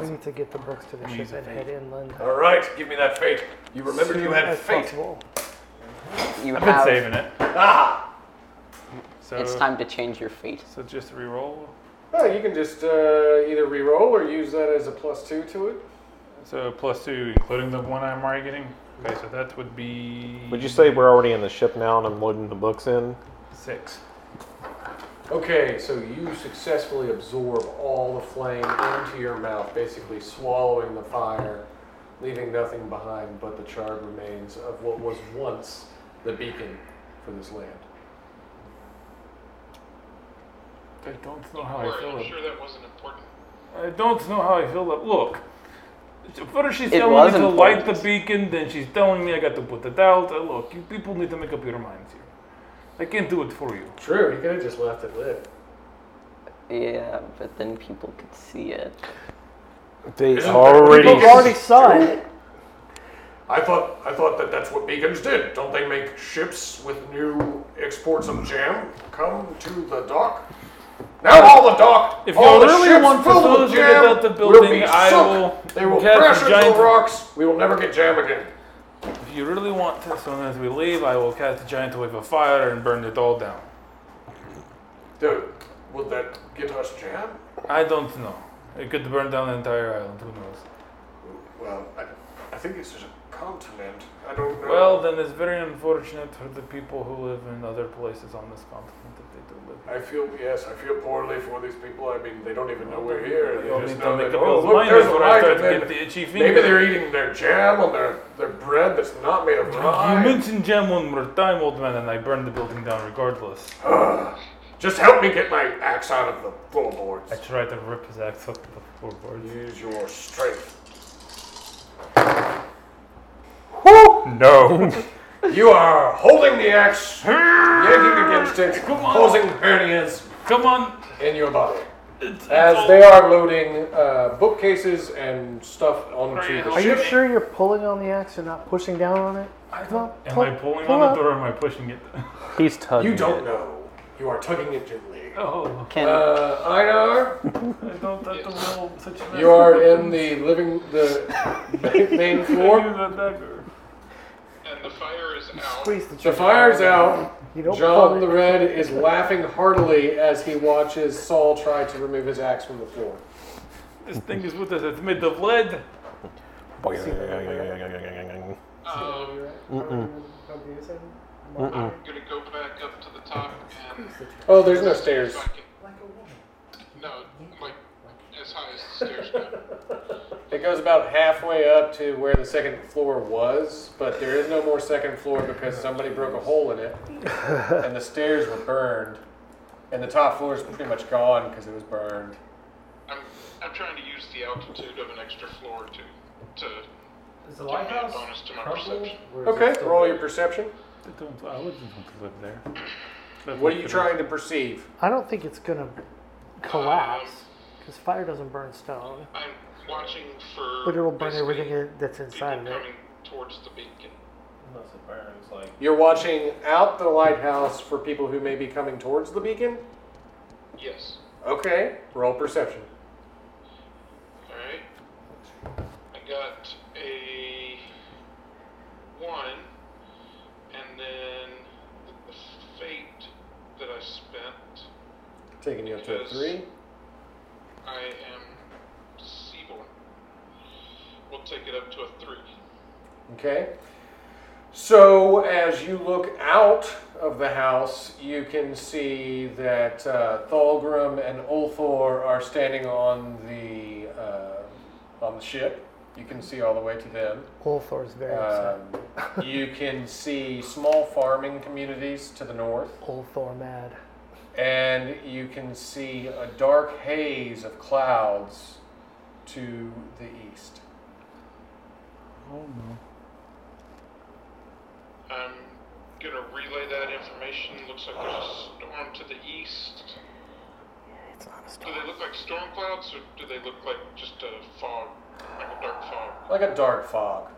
We need to get the books to the ship and head inland. All right, give me that fate. You remembered you had as fate. possible. You I've been have. saving it. Ah! So, It's time to change your fate. so just re-roll. Well, you can just uh, either re-roll or use that as a plus two to it. So plus two, including the one I'm already getting. Okay, so that would be. Would you say we're already in the ship now and I'm loading the books in? six? Okay, so you successfully absorb all the flame into your mouth, basically swallowing the fire, leaving nothing behind but the charred remains of what was once the beacon for this land. I don't know how I Worry, feel. I'm ab- sure that wasn't important. I don't know how I feel. ab- Look, first she's It telling me was to light the important. beacon, then she's telling me I got to put it out. Uh, Look, you people need to make up your minds here. I can't do it for you. True, you could have just left it lit. Yeah, but then people could see it. They Isn't that already. what You already saw it. I thought I thought that that's what beacons did. Don't they make ships with new exports of jam come to the dock? Now all the dock, If all you the really ships want to filled those with to jam get out the will building, be I sunk. will they will cast a crash into giant- the rocks. We will never get jam again. If you really want to, as soon as we leave, I will cast a giant wave of fire and burn it all down. Dude, would that get us jam? I don't know. It could burn down the entire island. Who knows? Well, I, I think this is a continent. I don't know. Well, then it's very unfortunate for the people who live in other places on this continent that they do live. I feel yes, I feel poorly for these people. I mean, they don't even know we're here. They They don't just need to know make that, up oh, those look, minds there's before I light, start and to then get the E itchy Maybe finger. they're eating their jam on their, their bread that's not made of You rye. mentioned jam one more time, old man, and I burned the building down regardless. Just help me get my axe out of the floorboards. I tried to rip his axe up to the floorboard. Use your strength. No. You are holding the axe, yanking against it, causing hernias Come on. in your body. It's, As they are loading uh, bookcases and stuff onto the Are you ship. sure you're pulling on the axe and not pushing down on it? I Come on, Am pull- I pulling pull on up. it or am I pushing it? He's tugging. You don't it. know. You are tugging it gently. Oh, Can Uh, Einar, I don't have to roll such an You are in the living the main floor. And the fire is out. Squeeze the The trigger. fire's out. You don't John pull the it. Red is laughing heartily as he watches Saul try to remove his axe from the floor. This thing is with us. It's made of lead. Oh, Um, I'm gonna go back up to the top and Oh, there's no stairs. if I can. No, like as high as the stairs go. It goes about halfway up to where the second floor was, but there is no more second floor because somebody broke a hole in it, and the stairs were burned, and the top floor is pretty much gone because it was burned. I'm I'm trying to use the altitude of an extra floor to to Is the give me a lighthouse bonus to my crumbled? perception. or is it Okay, still roll your there? perception. I don't. I wouldn't want to live there. What are you trying to perceive? I don't think it's gonna collapse because fire doesn't burn stone, I'm watching for but it'll burn basically everything in- that's people inside of it. coming towards the beacon. Unless it burns, like You're watching out the lighthouse for people who may be coming towards the beacon. Yes. Okay, roll perception. Alright. I got a one, and then the fate that I spent. Taking you up to a three. I am seaborn. We'll take it up to a three. Okay. So as you look out of the house, you can see that uh, Thalgrim and Ulthor are standing on the uh, on the ship. You can see all the way to them. Ulthor's very upset. Um, you can see small farming communities to the north. Ulthor mad. and you can see a dark haze of clouds to the east. Oh no. I'm gonna relay that information. Looks like there's a storm to the east. It's not a storm. Do they look like storm clouds, or do they look like just a fog, like a dark fog? Like a dark fog.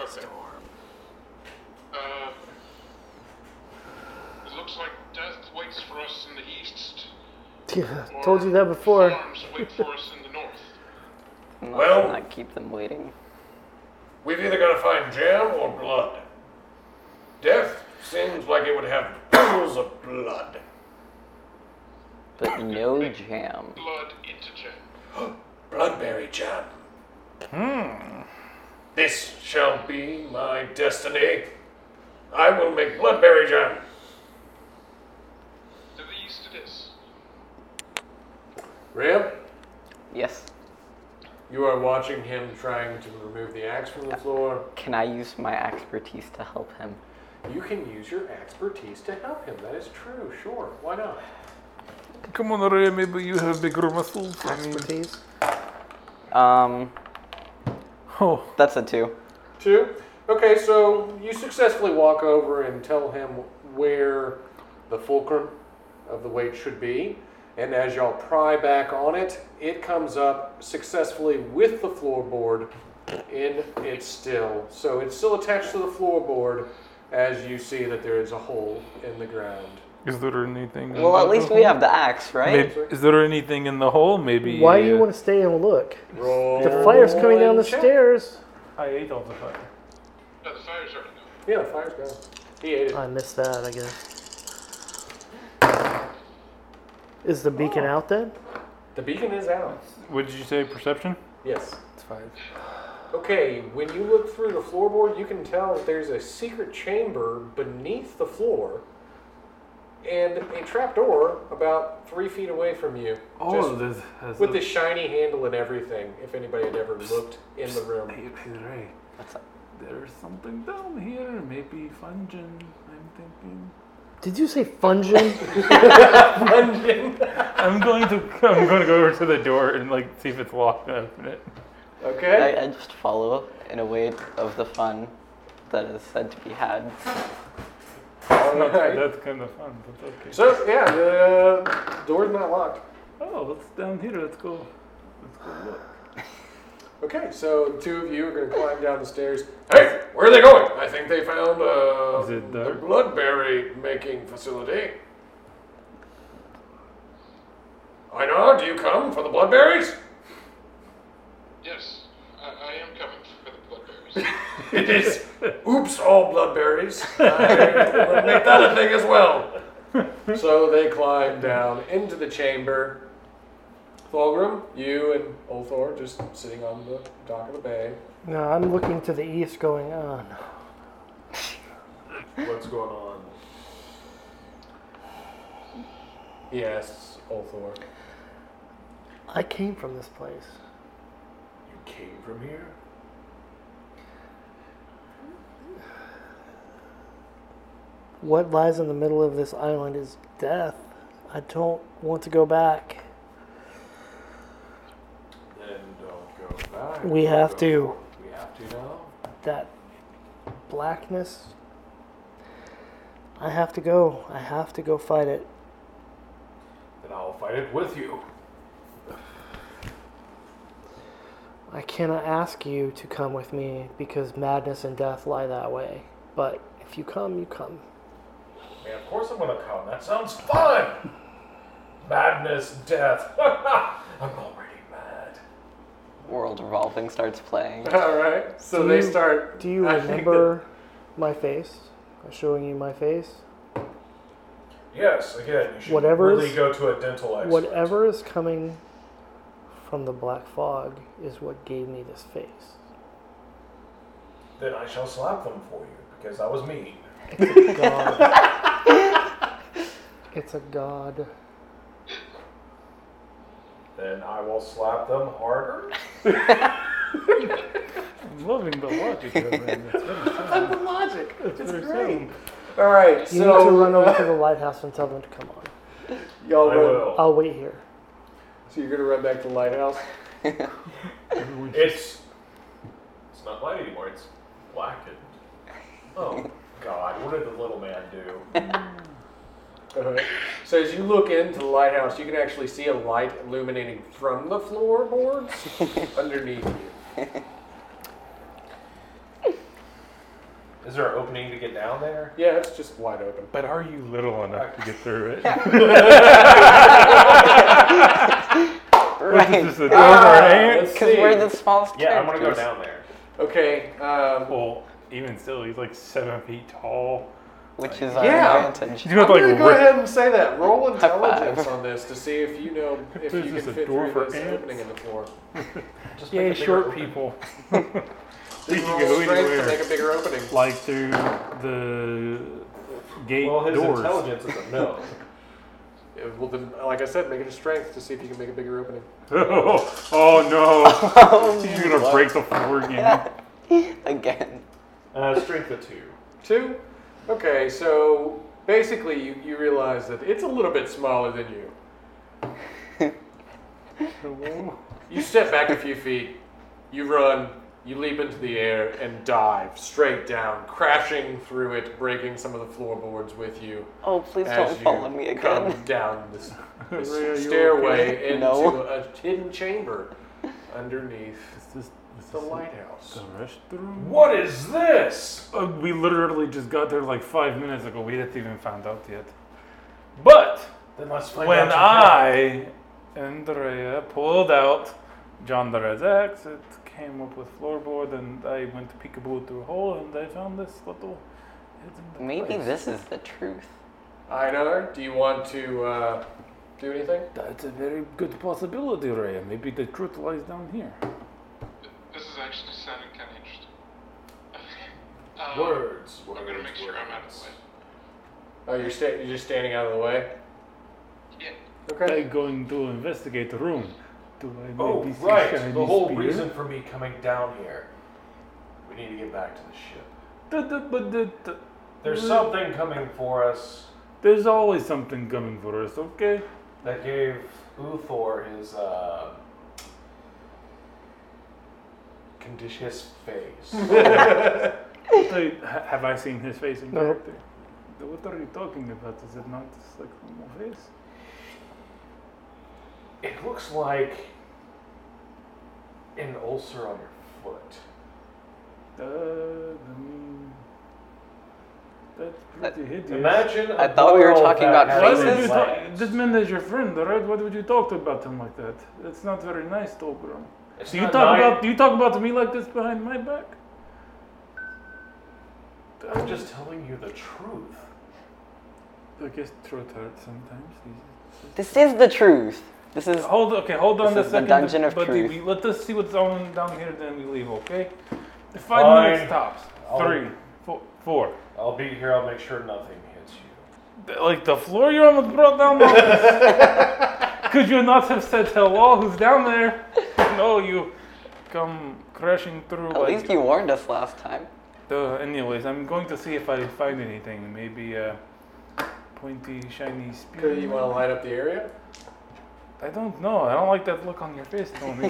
Okay. Uh, it looks like death waits for us in the east. Yeah, or told you that before. Storms wait for us in the north. let's well- not keep them waiting? We've either got to find jam or blood. Death seems like it would have pools of blood. But no jam. Blood into jam. Bloodberry jam. Hmm. This shall be my destiny. I will make bloodberry jam. To the east it is. Real? Yes. You are watching him trying to remove the axe from the floor. Can I use my expertise to help him? You can use your expertise to help him. That is true. Sure. Why not? Come on, Ray. Maybe you have bigger muscles. I mean, Expertise. Um, oh, that's a two. Two. Okay, so you successfully walk over and tell him where the fulcrum of the weight should be. And as y'all pry back on it, it comes up successfully with the floorboard in its still. So it's still attached to the floorboard as you see that there is a hole in the ground. is there anything? in Well, at the least hole? we have the axe, right? Maybe, is there anything in the hole? Maybe. Why do you uh, want to stay and look? Roll. The fire's coming down the check. stairs. I ate all the fire. No, the fire's already gone. Yeah, the fire's gone. He ate it. I missed that, I guess. Is the beacon out then? The beacon is out. What did you say? Perception? Yes. It's five. Okay, when you look through the floorboard, you can tell that there's a secret chamber beneath the floor and a trapdoor about three feet away from you. All just of this has with a- Oh, the shiny handle and everything, if anybody had ever looked in the room. Hey, hey, Ray. What's up? There's something down here. Maybe fungin. I'm thinking. Did you say Fungian? I'm going to I'm going to go over to the door and like see if it's locked and open it. Okay. I, I just follow in a way of the fun that is said to be had. All right. That's kind of fun, but okay. So yeah, the uh, door's not locked. oh, it's down here. Let's go. Let's go look. Okay, so the two of you are going to climb down the stairs. Hey, where are they going? I think they found uh, Is it there? the bloodberry making facility. I know. Do you come for the bloodberries? Yes, I, I am coming for the bloodberries. It is. Oops, all bloodberries. I will make that a thing as well. So they climb down into the chamber. Fulgrim, you and Ulthor just sitting on the dock of the bay. no, I'm looking to the east, going uh, on. What's going on? Yes, Ulthor. I came from this place. You came from here? What lies in the middle of this island is death. I don't want to go back. Then don't go back. We have to. We have to now. That blackness. I have to go. I have to go fight it. Then I'll fight it with you. I cannot ask you to come with me because madness and death lie that way. But if you come, you come. Man, of course I'm gonna come. That sounds fun. Madness, death. I'm already mad. World Revolving starts playing. All right. So Do they you- start. Do you I think remember my face? I'm showing you my face. Yes, again, you should Whatever really is- go to a dental expert. Whatever is coming from the black fog is what gave me this face. Then I shall slap them for you because I was mean. God. it's a god. Then I will slap them harder. I'm loving the logic of it. It's very that. sound. the logic. It's very sound. All right. You so need to run over uh, to the lighthouse and tell them to come on. Oh, y'all I run- will. I'll wait here. So you're gonna run back to the lighthouse. It's it's not light anymore. It's blackened. Oh God! What did the little man do? Uh-huh. So as you look into the lighthouse, you can actually see a light illuminating from the floorboards underneath you. Is there an opening to get down there? Yeah, it's just wide open. But are you little enough to get through it? right. Is this a door Ah! or an ant? Let's Because see. we're the smallest Yeah, I'm gonna go characters. down there. Okay. Um, Well, even still, he's like seven feet tall. Which is our Yeah. advantage. You don't I'm have to gonna like go rip. ahead and say that. Roll five. intelligence on this to see if you know if This you is can a fit door through for this ants. opening in the floor. Just Yay, make a bigger short opening. people. You can roll go strength anywhere. to make a bigger opening. Like through the gate Well, his doors. intelligence is a no. Yeah, Well, then, like I said, make it a strength to see if you can make a bigger opening. Oh, oh no! Oh He's gonna break the floor again. Again. uh, strength of two. Two. Okay, so basically, you, you realize that it's a little bit smaller than you. You step back a few feet, you run, you leap into the air, and dive straight down, crashing through it, breaking some of the floorboards with you. Oh, please as don't you follow me again. Come down this, this Ray, are you stairway into No. a hidden chamber underneath Is this, is the this lighthouse. the restroom? What is this? Uh, we literally just got there like five minutes ago. We didn't even found out yet. But Then let's find when out I and Rhea pulled out John Dora's axe, it came up with floorboard, and I went to peekaboo through a hole, and I found this little hidden Maybe place. this is the truth. Einar, do you want to uh, do anything? That's a very good possibility, Rhea. Maybe the truth lies down here. this is actually sounding kind of interesting. to Um, words. words I'm gonna make sure I'm out of the words. way. Oh, you're, sta- you're just standing out of the way? Yeah. Okay. I'm going to investigate the room. Do I maybe Oh, see right. shiny The whole spear? reason for me coming down here. We need to get back to the ship. Du- du- bu- du- du- There's something coming for us. There's always something coming for us, okay? that gave Uthor his uh, condition, his face. Wait, ha- have I seen his face in No. character? Then What are you talking about? Is it not just like normal face? it looks like an ulcer on your foot. Uh, I mean, that's That- pretty hideous. Imagine. a I thought we were girl talking that about had Why faces. would you Jesus. talk? legs. This man is your friend, alright? Why would you talk about him like that? That's not very nice, Tobram. It's Do you not talk nice. about do you talk about me like this behind my back? I'm just telling you the truth. I guess throat hurts sometimes. This is the truth. This is Hold okay, hold on This is a the second. dungeon of buddy. truth. We- let us see what's on down here, then we leave, okay? The five Fine. minutes tops. I'll- Three, four, four. I'll be here. I'll make sure nothing hits you. Th- Like the floor you almost brought down. the- Could you not have said hello? Who's down there? No, you come crashing through. at like- least you warned us last time. Duh, anyways, I'm going to see if I find anything. Maybe a pointy, shiny spear. Okay, you want to light up the area? I don't know. I don't like that look on your face, Tony.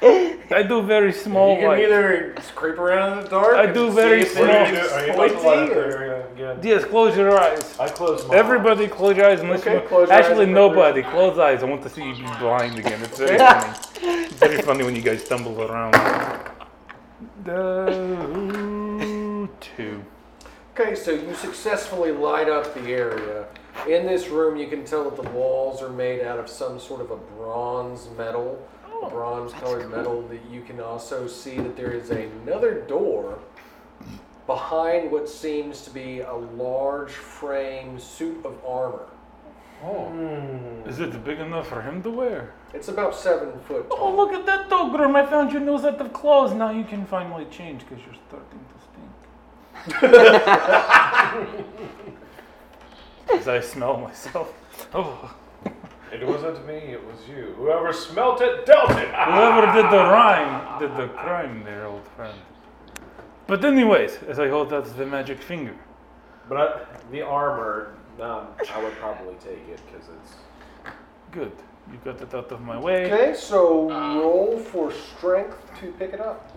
I do very small you can lights. either creep around in the dark. Oh I and do see very if small- there's Are you pointy allowed or- to- again? Yes, close your eyes. I close my Everybody, close your eyes. Unless Okay, you close your eyes Actually, for nobody. Close eyes. I want to see you be blind again. It's very funny. It's very funny when you guys stumble around. Uh, two. Okay, so you successfully light up the area. In this room, you can tell that the walls are made out of some sort of a bronze metal, Oh, a bronze colored metal. That you can also see that there is another door behind what seems to be a large frame suit of armor. Is it big enough for him to wear? It's about seven foot Oh, tall. look at that, Dogram. I found your new set of clothes. Now you can finally change because you're starting to stink. As I smell myself. Oh. It wasn't me. It was you. Whoever smelt it dealt it. Ah. Whoever did the rhyme did the crime there, old friend. But, anyways, as I hold out the magic finger. But I, the armor, um, I would probably take it because it's. Good. You got it out of my way. Okay, so roll for strength to pick it up.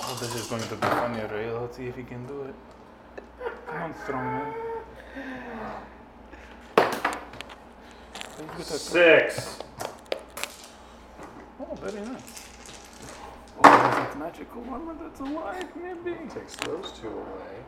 Oh, this is going to be funny, Ray. Let's see if he can do it. Come on, strong man. Let's get a- Six. Oh, very nice. Oh, is it magical armor that's alive, maybe? takes those two away.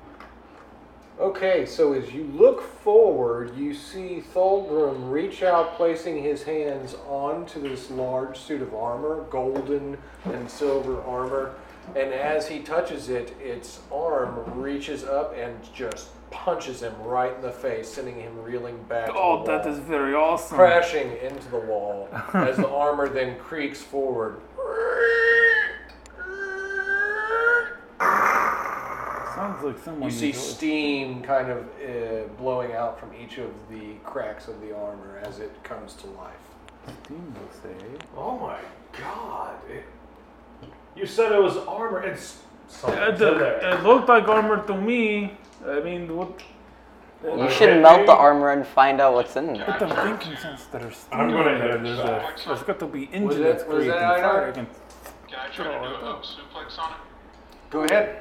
Okay, so as you look forward, you see Tholgrim reach out, placing his hands onto this large suit of armor, golden and silver armor. And as he touches it, its arm reaches up and just punches him right in the face, sending him reeling back. to the Oh, that wall, is very awesome. crashing into the wall as the armor then creaks forward. Sounds like someone You see enjoys- steam kind of uh, blowing out from each of the cracks of the armor as it comes to life. steam will say. Oh my god. It, you said it was armor. It's something. It, uh, in there. it looked like armor to me. I mean, what? You should melt the armor and find out what's in there. I'm thinking since there's steam I'm gonna there, hit there's, back. a, there's got to be engine it- that's was creating that fire. iron? I can, Can I try to do a, a suplex on it? Go ahead.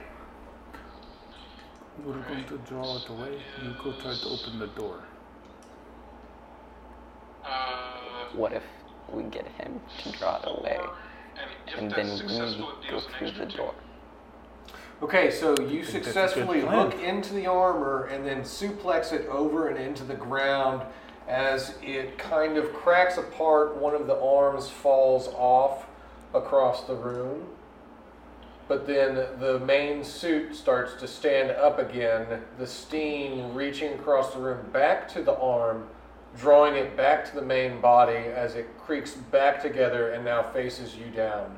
we're going to draw it away. You go try to open the door. Uh, What if we get him to draw it away, four, and if and that's then we successful, it go deals an through extra the two. door? Okay, so you that's a good successfully plan. hook into the armor and then suplex it over and into the ground as it kind of cracks apart. One of the arms falls off across the room. But then the main suit starts to stand up again, the steam reaching across the room back to the arm, drawing it back to the main body as it creaks back together and now faces you down.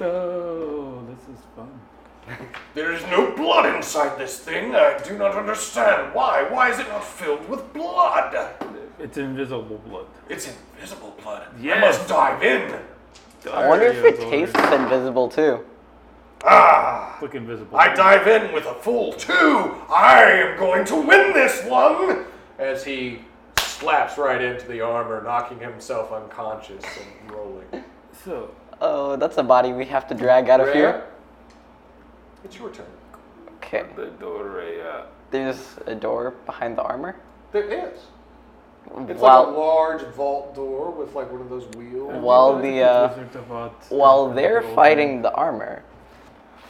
Oh, this is fun. There is no blood inside this thing. I do not understand. Why? Why is it not filled with blood? It's invisible blood. It's invisible blood. Yes. dive in. I wonder if it tastes invisible too. Ah! Look invisible. I dive in with a full two. I am going to win this one. As he slaps right into the armor, knocking himself unconscious and rolling. So, Oh, that's a body we have to drag out of Rhea, here. it's your turn. Okay. the door, yeah. There's a door behind the armor. There is. It's like a while large vault door with like one of those wheels. While the, uh, Wizard of Oz. while they're Open. fighting the armor,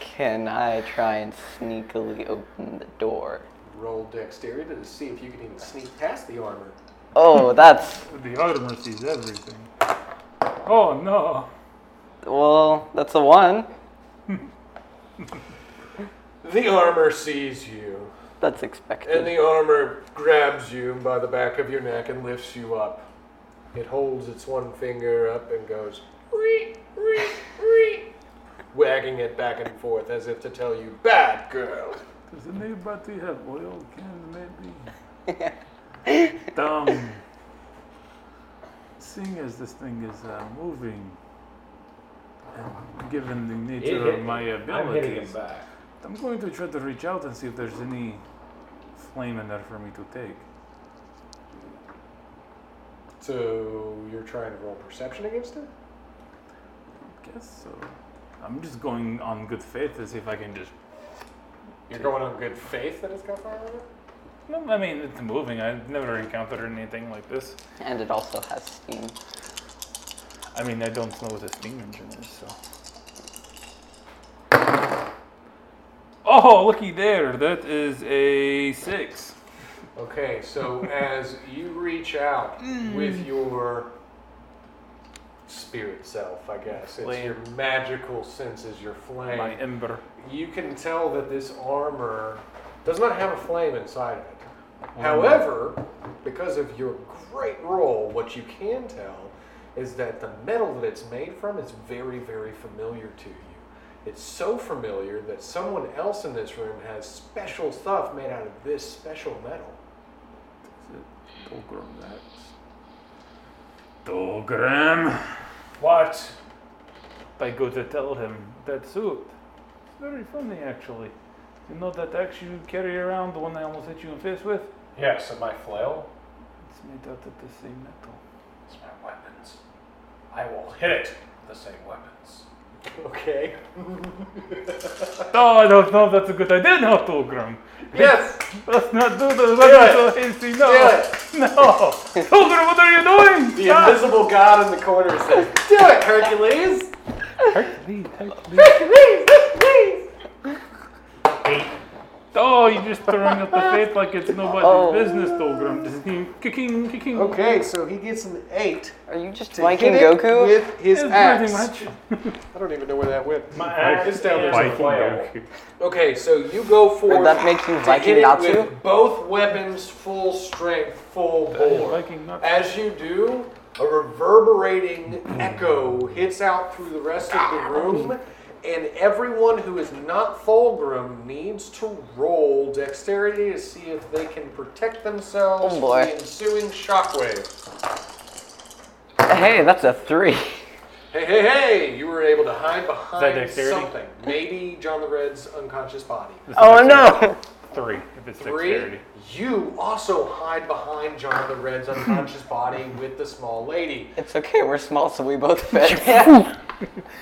can I try and sneakily open the door? Roll dexterity to see if you can even sneak past the armor. Oh, that's The armor sees everything. Oh no! well, that's a one. The armor sees you, That's and expected. the armor grabs you by the back of your neck and lifts you up. It holds its one finger up and goes, "Ree, ree, ree," wagging it back and forth as if to tell you, bad girl. Does anybody have oil cans, maybe? Dumb. Seeing as this thing is uh, moving, and given the nature It hit of my me. abilities, I'm hitting him back. I'm going to try to reach out and see if there's any flame in there for me to take. So you're trying to roll perception against it? Guess so. I'm just going on good faith to see if I can just. You're going on good faith that it's got fire on it? No, I mean it's moving. I've never encountered anything like this. And it also has steam. I mean I don't know what a steam engine is, so. Oh, looky there! That is a six. Okay, so as you reach out with your spirit self, I guess, it's Flame. your magical senses, your flame, My ember. you can tell that this armor does not have a flame inside of it. Mm. However, because of your great roll, what you can tell is that the metal that it's made from is very, very familiar to you. It's so familiar that someone else in this room has special stuff made out of this special metal. Dolgrim, that. Dolgrim. What? I go to tell him that suit. It's very funny, actually. You know that axe you carry around, the one I almost hit you in the face with? Yes, and my flail? It's made out of the same metal. It's my weapons. I will hit it with the same weapons. Okay. No, I don't know if that's a good idea now, Tolgrim. Yes. Let's not do this. it. Let's not so hasty. No. No. Tolgrim, what are you doing? The invisible god in the corner says, "Do it, Hercules." Hercules, Hercules. Oh, you just throwing up the face like it's nobody's Oh. business, Tolgrim. Just him kicking, kicking. Okay, so he gets an eight. Are you just to flanking hit it Goku? with his It's axe. pretty much. I don't even know where that went. My axe It's down is there a flail. Okay, so you go forward. Would that make you to Viking hit it Natsu? With both weapons, full strength, full bore. Viking Natsu. As you do, a reverberating echo hits out through the rest of the room, and everyone who is not Fulgrim needs to roll dexterity to see if they can protect themselves Oh, boy. from the ensuing shockwave. Hey, that's a three. Hey, hey, hey! You were able to hide behind dexterity? something. Maybe John the Red's unconscious body. Oh no! Three, if it's Three, dexterity. you also hide behind John the Red's unconscious body with the small lady. It's okay, we're small, so we both fit. Yeah.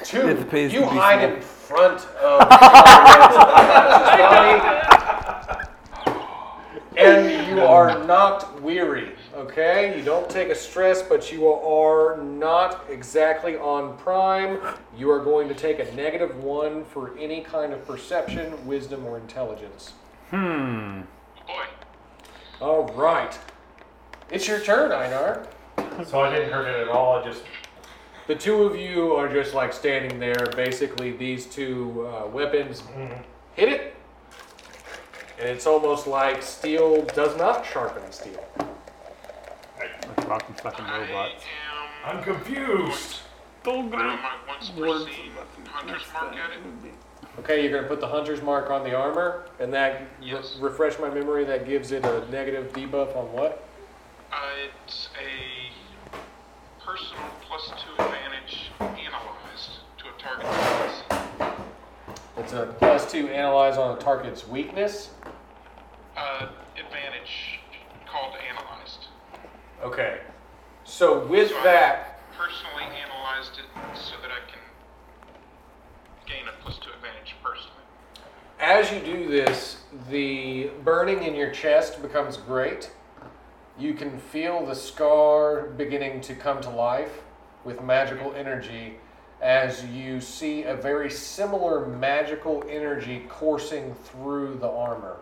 Two, pays you to be hide in front of John the Red's unconscious body. And you are not weary, okay? You don't take a stress, but you are not exactly on prime. You are going to take a negative one for any kind of perception, wisdom, or intelligence. Boy, All right. It's your turn, Einar. So I didn't hurt it at all. I just The two of you are just like standing there. Basically, these two uh, weapons hit it, and it's almost like steel does not sharpen steel. Like rock and fucking I robots. am. I'm confused. I might once foreseen hunter's mark at it. Okay, you're gonna put the hunter's mark on the armor, and that Yes. refresh my memory. That gives it a negative debuff on what? Uh, it's a personal plus two advantage analyzed to a target device. to analyze on a target's weakness. Uh, advantage called analyzed. Okay. So with So I- that, Personally analyzed it so that I can gain a plus two advantage personally. as you do this, the burning in your chest becomes great. You can feel the scar beginning to come to life with magical energy as you see a very similar magical energy coursing through the armor.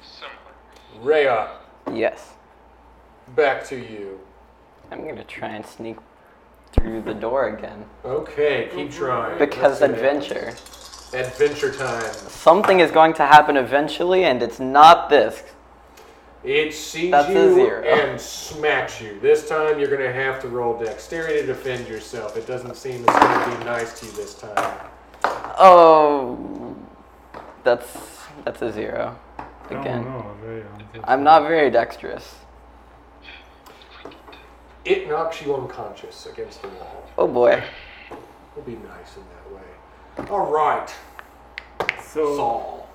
Similar. Rhea, Yes. back to you. I'm gonna try and sneak through the door again. Okay, keep trying. Because Let's do it. adventure. Adventure time. Something is going to happen eventually, and it's not this. It sees That's a you zero. and smacks you. This time you're going to have to roll dexterity to defend yourself. It doesn't seem it's going to be nice to you this time. Oh, that's that's a zero. I don't Oh. Again, know. Very, um, I'm not very dexterous. It knocks you unconscious against the wall. Oh boy. It'll be nice in that way. All right, so. Saul.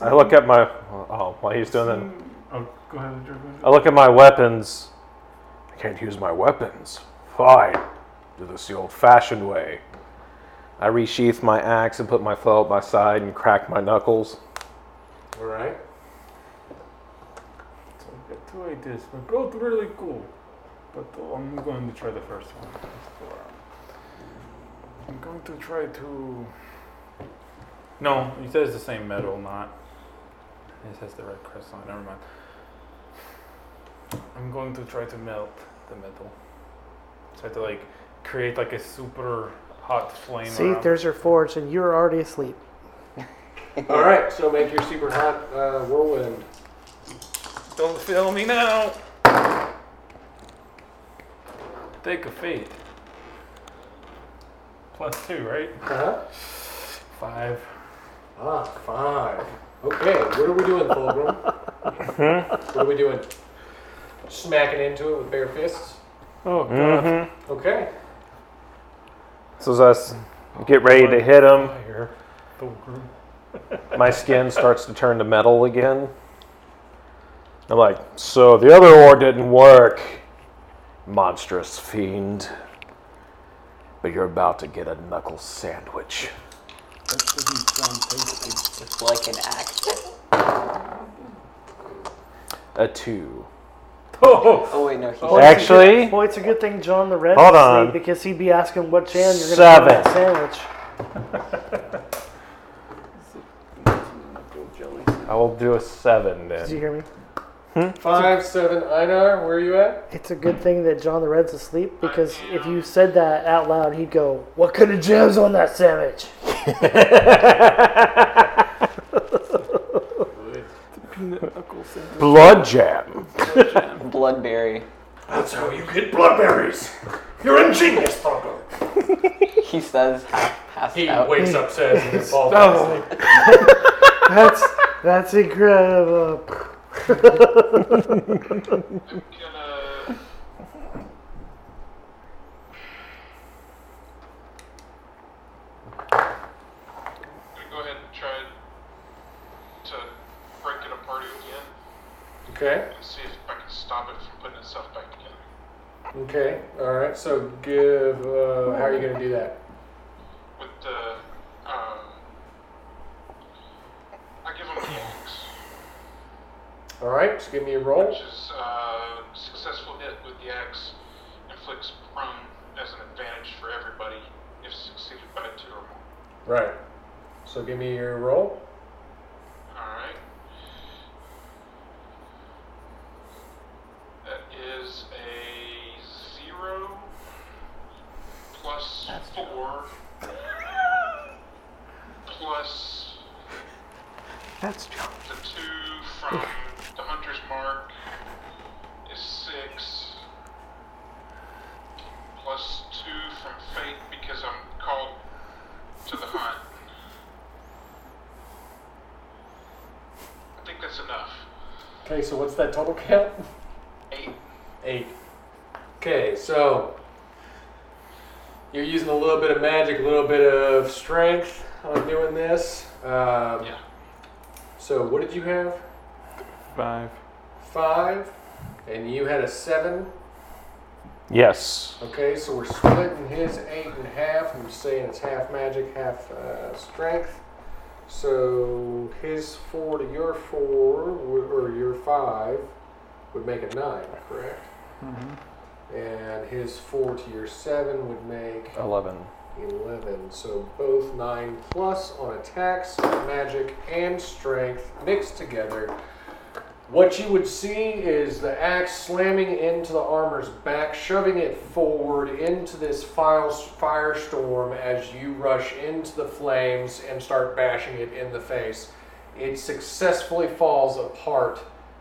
I look at my. Oh, while he's doing that, Oh, go ahead and drink I look at my weapons. I can't use my weapons. Fine. Do this the old fashioned way. I resheath my axe and put my flail at my side and crack my knuckles. All right. So I got two ideas. They're both really cool. But uh, I'm going to try the first one. I'm going to try to. No, it says the same metal, not. It says the red crest on. it, Never mind. I'm going to try to melt the metal. Try to like create like a super hot flame. See, around. there's your forge, and you're already asleep. All right, so make your super hot uh, whirlwind. Don't fail me now. Take a fate. Plus two, right? Uh-huh. Five. Ah, five. Okay, what are we doing, Fulgrim? what are we doing? Smacking into it with bare fists? Oh god. Okay. Mm. So as I s- get ready to hit him, Fire. Thorgrim. my skin starts to turn to metal again. I'm like, so the other ore didn't work, monstrous fiend. But you're about to get a knuckle sandwich. That doesn't sound tasty. It's like an axe. A two. Oh, Oh wait, no, he. Boy, it's a good- Actually, boy, it's a good thing John the Red Hold is on. asleep because he'd be asking what jam you're going to Seven. that sandwich. I will do a seven Did you then. hear me? Five, seven, Einar, where are you at? It's a good thing that John the Red's asleep because if you said that out loud, he'd go, "What kind of jam's on that sandwich?" Blood jam. Bloodberry. That's how you get bloodberries. You're a genius, Thumper. He says half passed He out. wakes up, says, and then falls back asleep. Oh. That's that's incredible. Gonna. Gonna go ahead and try to break it apart again Okay. and see if I can stop it from putting itself back together. Okay. All right. So give. Uh, how are you gonna do that? With the. Um, I give him the axe, All right. Just give me a roll. which is uh, successful hit with the axe inflicts prone as an advantage for everybody if succeeded by two or more. Right. So give me your roll. Alright. That is a zero plus four plus That's John. the two from the hunter's mark is six. Plus two from fate because I'm called to the hunt. I think that's enough. Okay. So what's that total count? Eight. Eight. Okay. So You're using a little bit of magic, a little bit of strength on doing this. Um, Yeah. So what did you have? Five. Five, and you had a seven. Yes. Okay, so we're splitting his eight in half. I'm saying it's half magic, half uh, strength. So his four to your four, w- or your five, would make a nine, correct? And his four to your seven would make 11. 11. So both 9 plus on attacks, magic, and strength mixed together. What you would see is the axe slamming into the armor's back, shoving it forward into this file, firestorm as you rush into the flames and start bashing it in the face. It successfully falls apart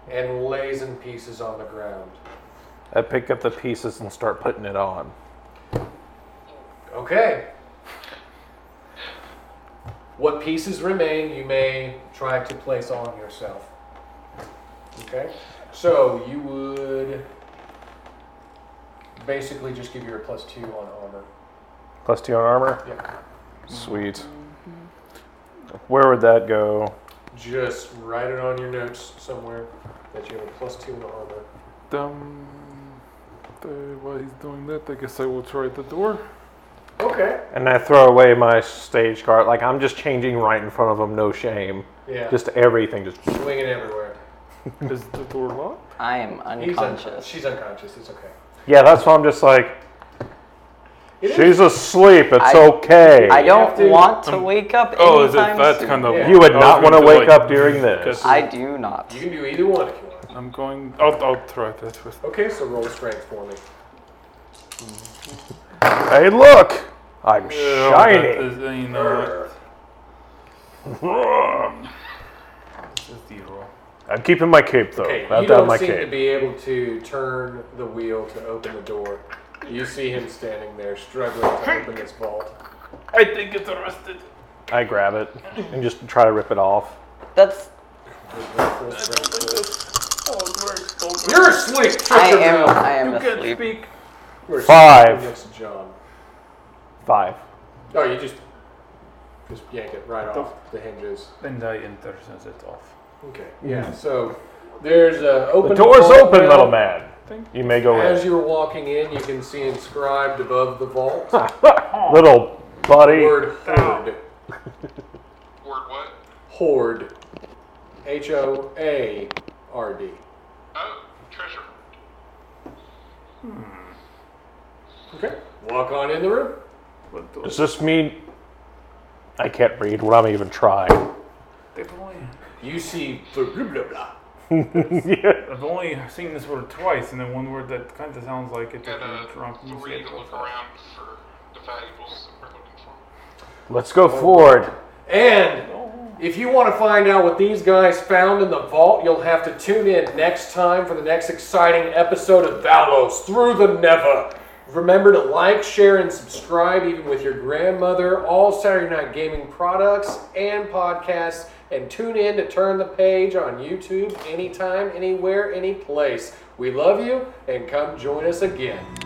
and lays in pieces on the ground. I pick up the pieces and start putting it on. Okay. What pieces remain, you may try to place on yourself. Okay? So you would basically just give your plus two on armor. Plus two on armor? Yeah. Sweet. Where would that go? Just write it on your notes somewhere that you have a plus two on armor. Um, uh, while he's doing that, I guess I will try the door. Okay. And I throw away my stage card. Like, I'm just changing right in front of him, no shame. Yeah. Just Just everything. Just swing it everywhere. Is the door locked? I am He's un- unconscious. she's unconscious. It's okay. Yeah, that's why I'm just like, It is- she's asleep. It's I- okay. I have to- don't want to wake up Oh, is it anytime that soon. kind of? Yeah. you would I was not want to gonna wake like- up during this. Just- I do not. You can do either one if you want. I'm going. I'll, I'll try that with. Okay, so roll strength for me. Hey, look! I'm Oh, Yeah, that shining. is- you know, that's just the roll. I'm keeping my cape though. Okay, you I've done don't my seem to cape. be able to turn the wheel to open the door. You see him standing there, struggling to open this vault. I think it's arrested. I grab it and just try to rip it off. That's. With no full strength to it. Oh, it works. Oh, it works. You're asleep. Shut I your am. mouth. I am You can't asleep. speak. You're asleep Five. Next to John. Five. Oh, you just just yank it right off the hinges. And I enter since it's off. Okay. Yeah. So there's a open. The door's vault open, now. little man. Thank You may go As in. you were walking in, you can see inscribed above the vault the Little buddy. word "horde." Word what? Horde. H O A R D. Oh, treasure. Okay. Walk on in the room. What do Does this mean I can't read what I'm even trying? They've only, You see blah blah blah. blah. yeah. I've only seen this word twice, and then one word that kind of sounds like it. Got if a you drunk you uh, three say it to like look that. around for the valuables that we're looking for. Let's go forward. And Oh. if you want to find out what these guys found in the vault, you'll have to tune in next time for the next exciting episode of Valos Through the Never. Remember to like, share, and subscribe, even with your grandmother, all Saturday Night Gaming products and podcasts. And tune in to Turn the Page on YouTube anytime, anywhere, any place. We love you, and come join us again.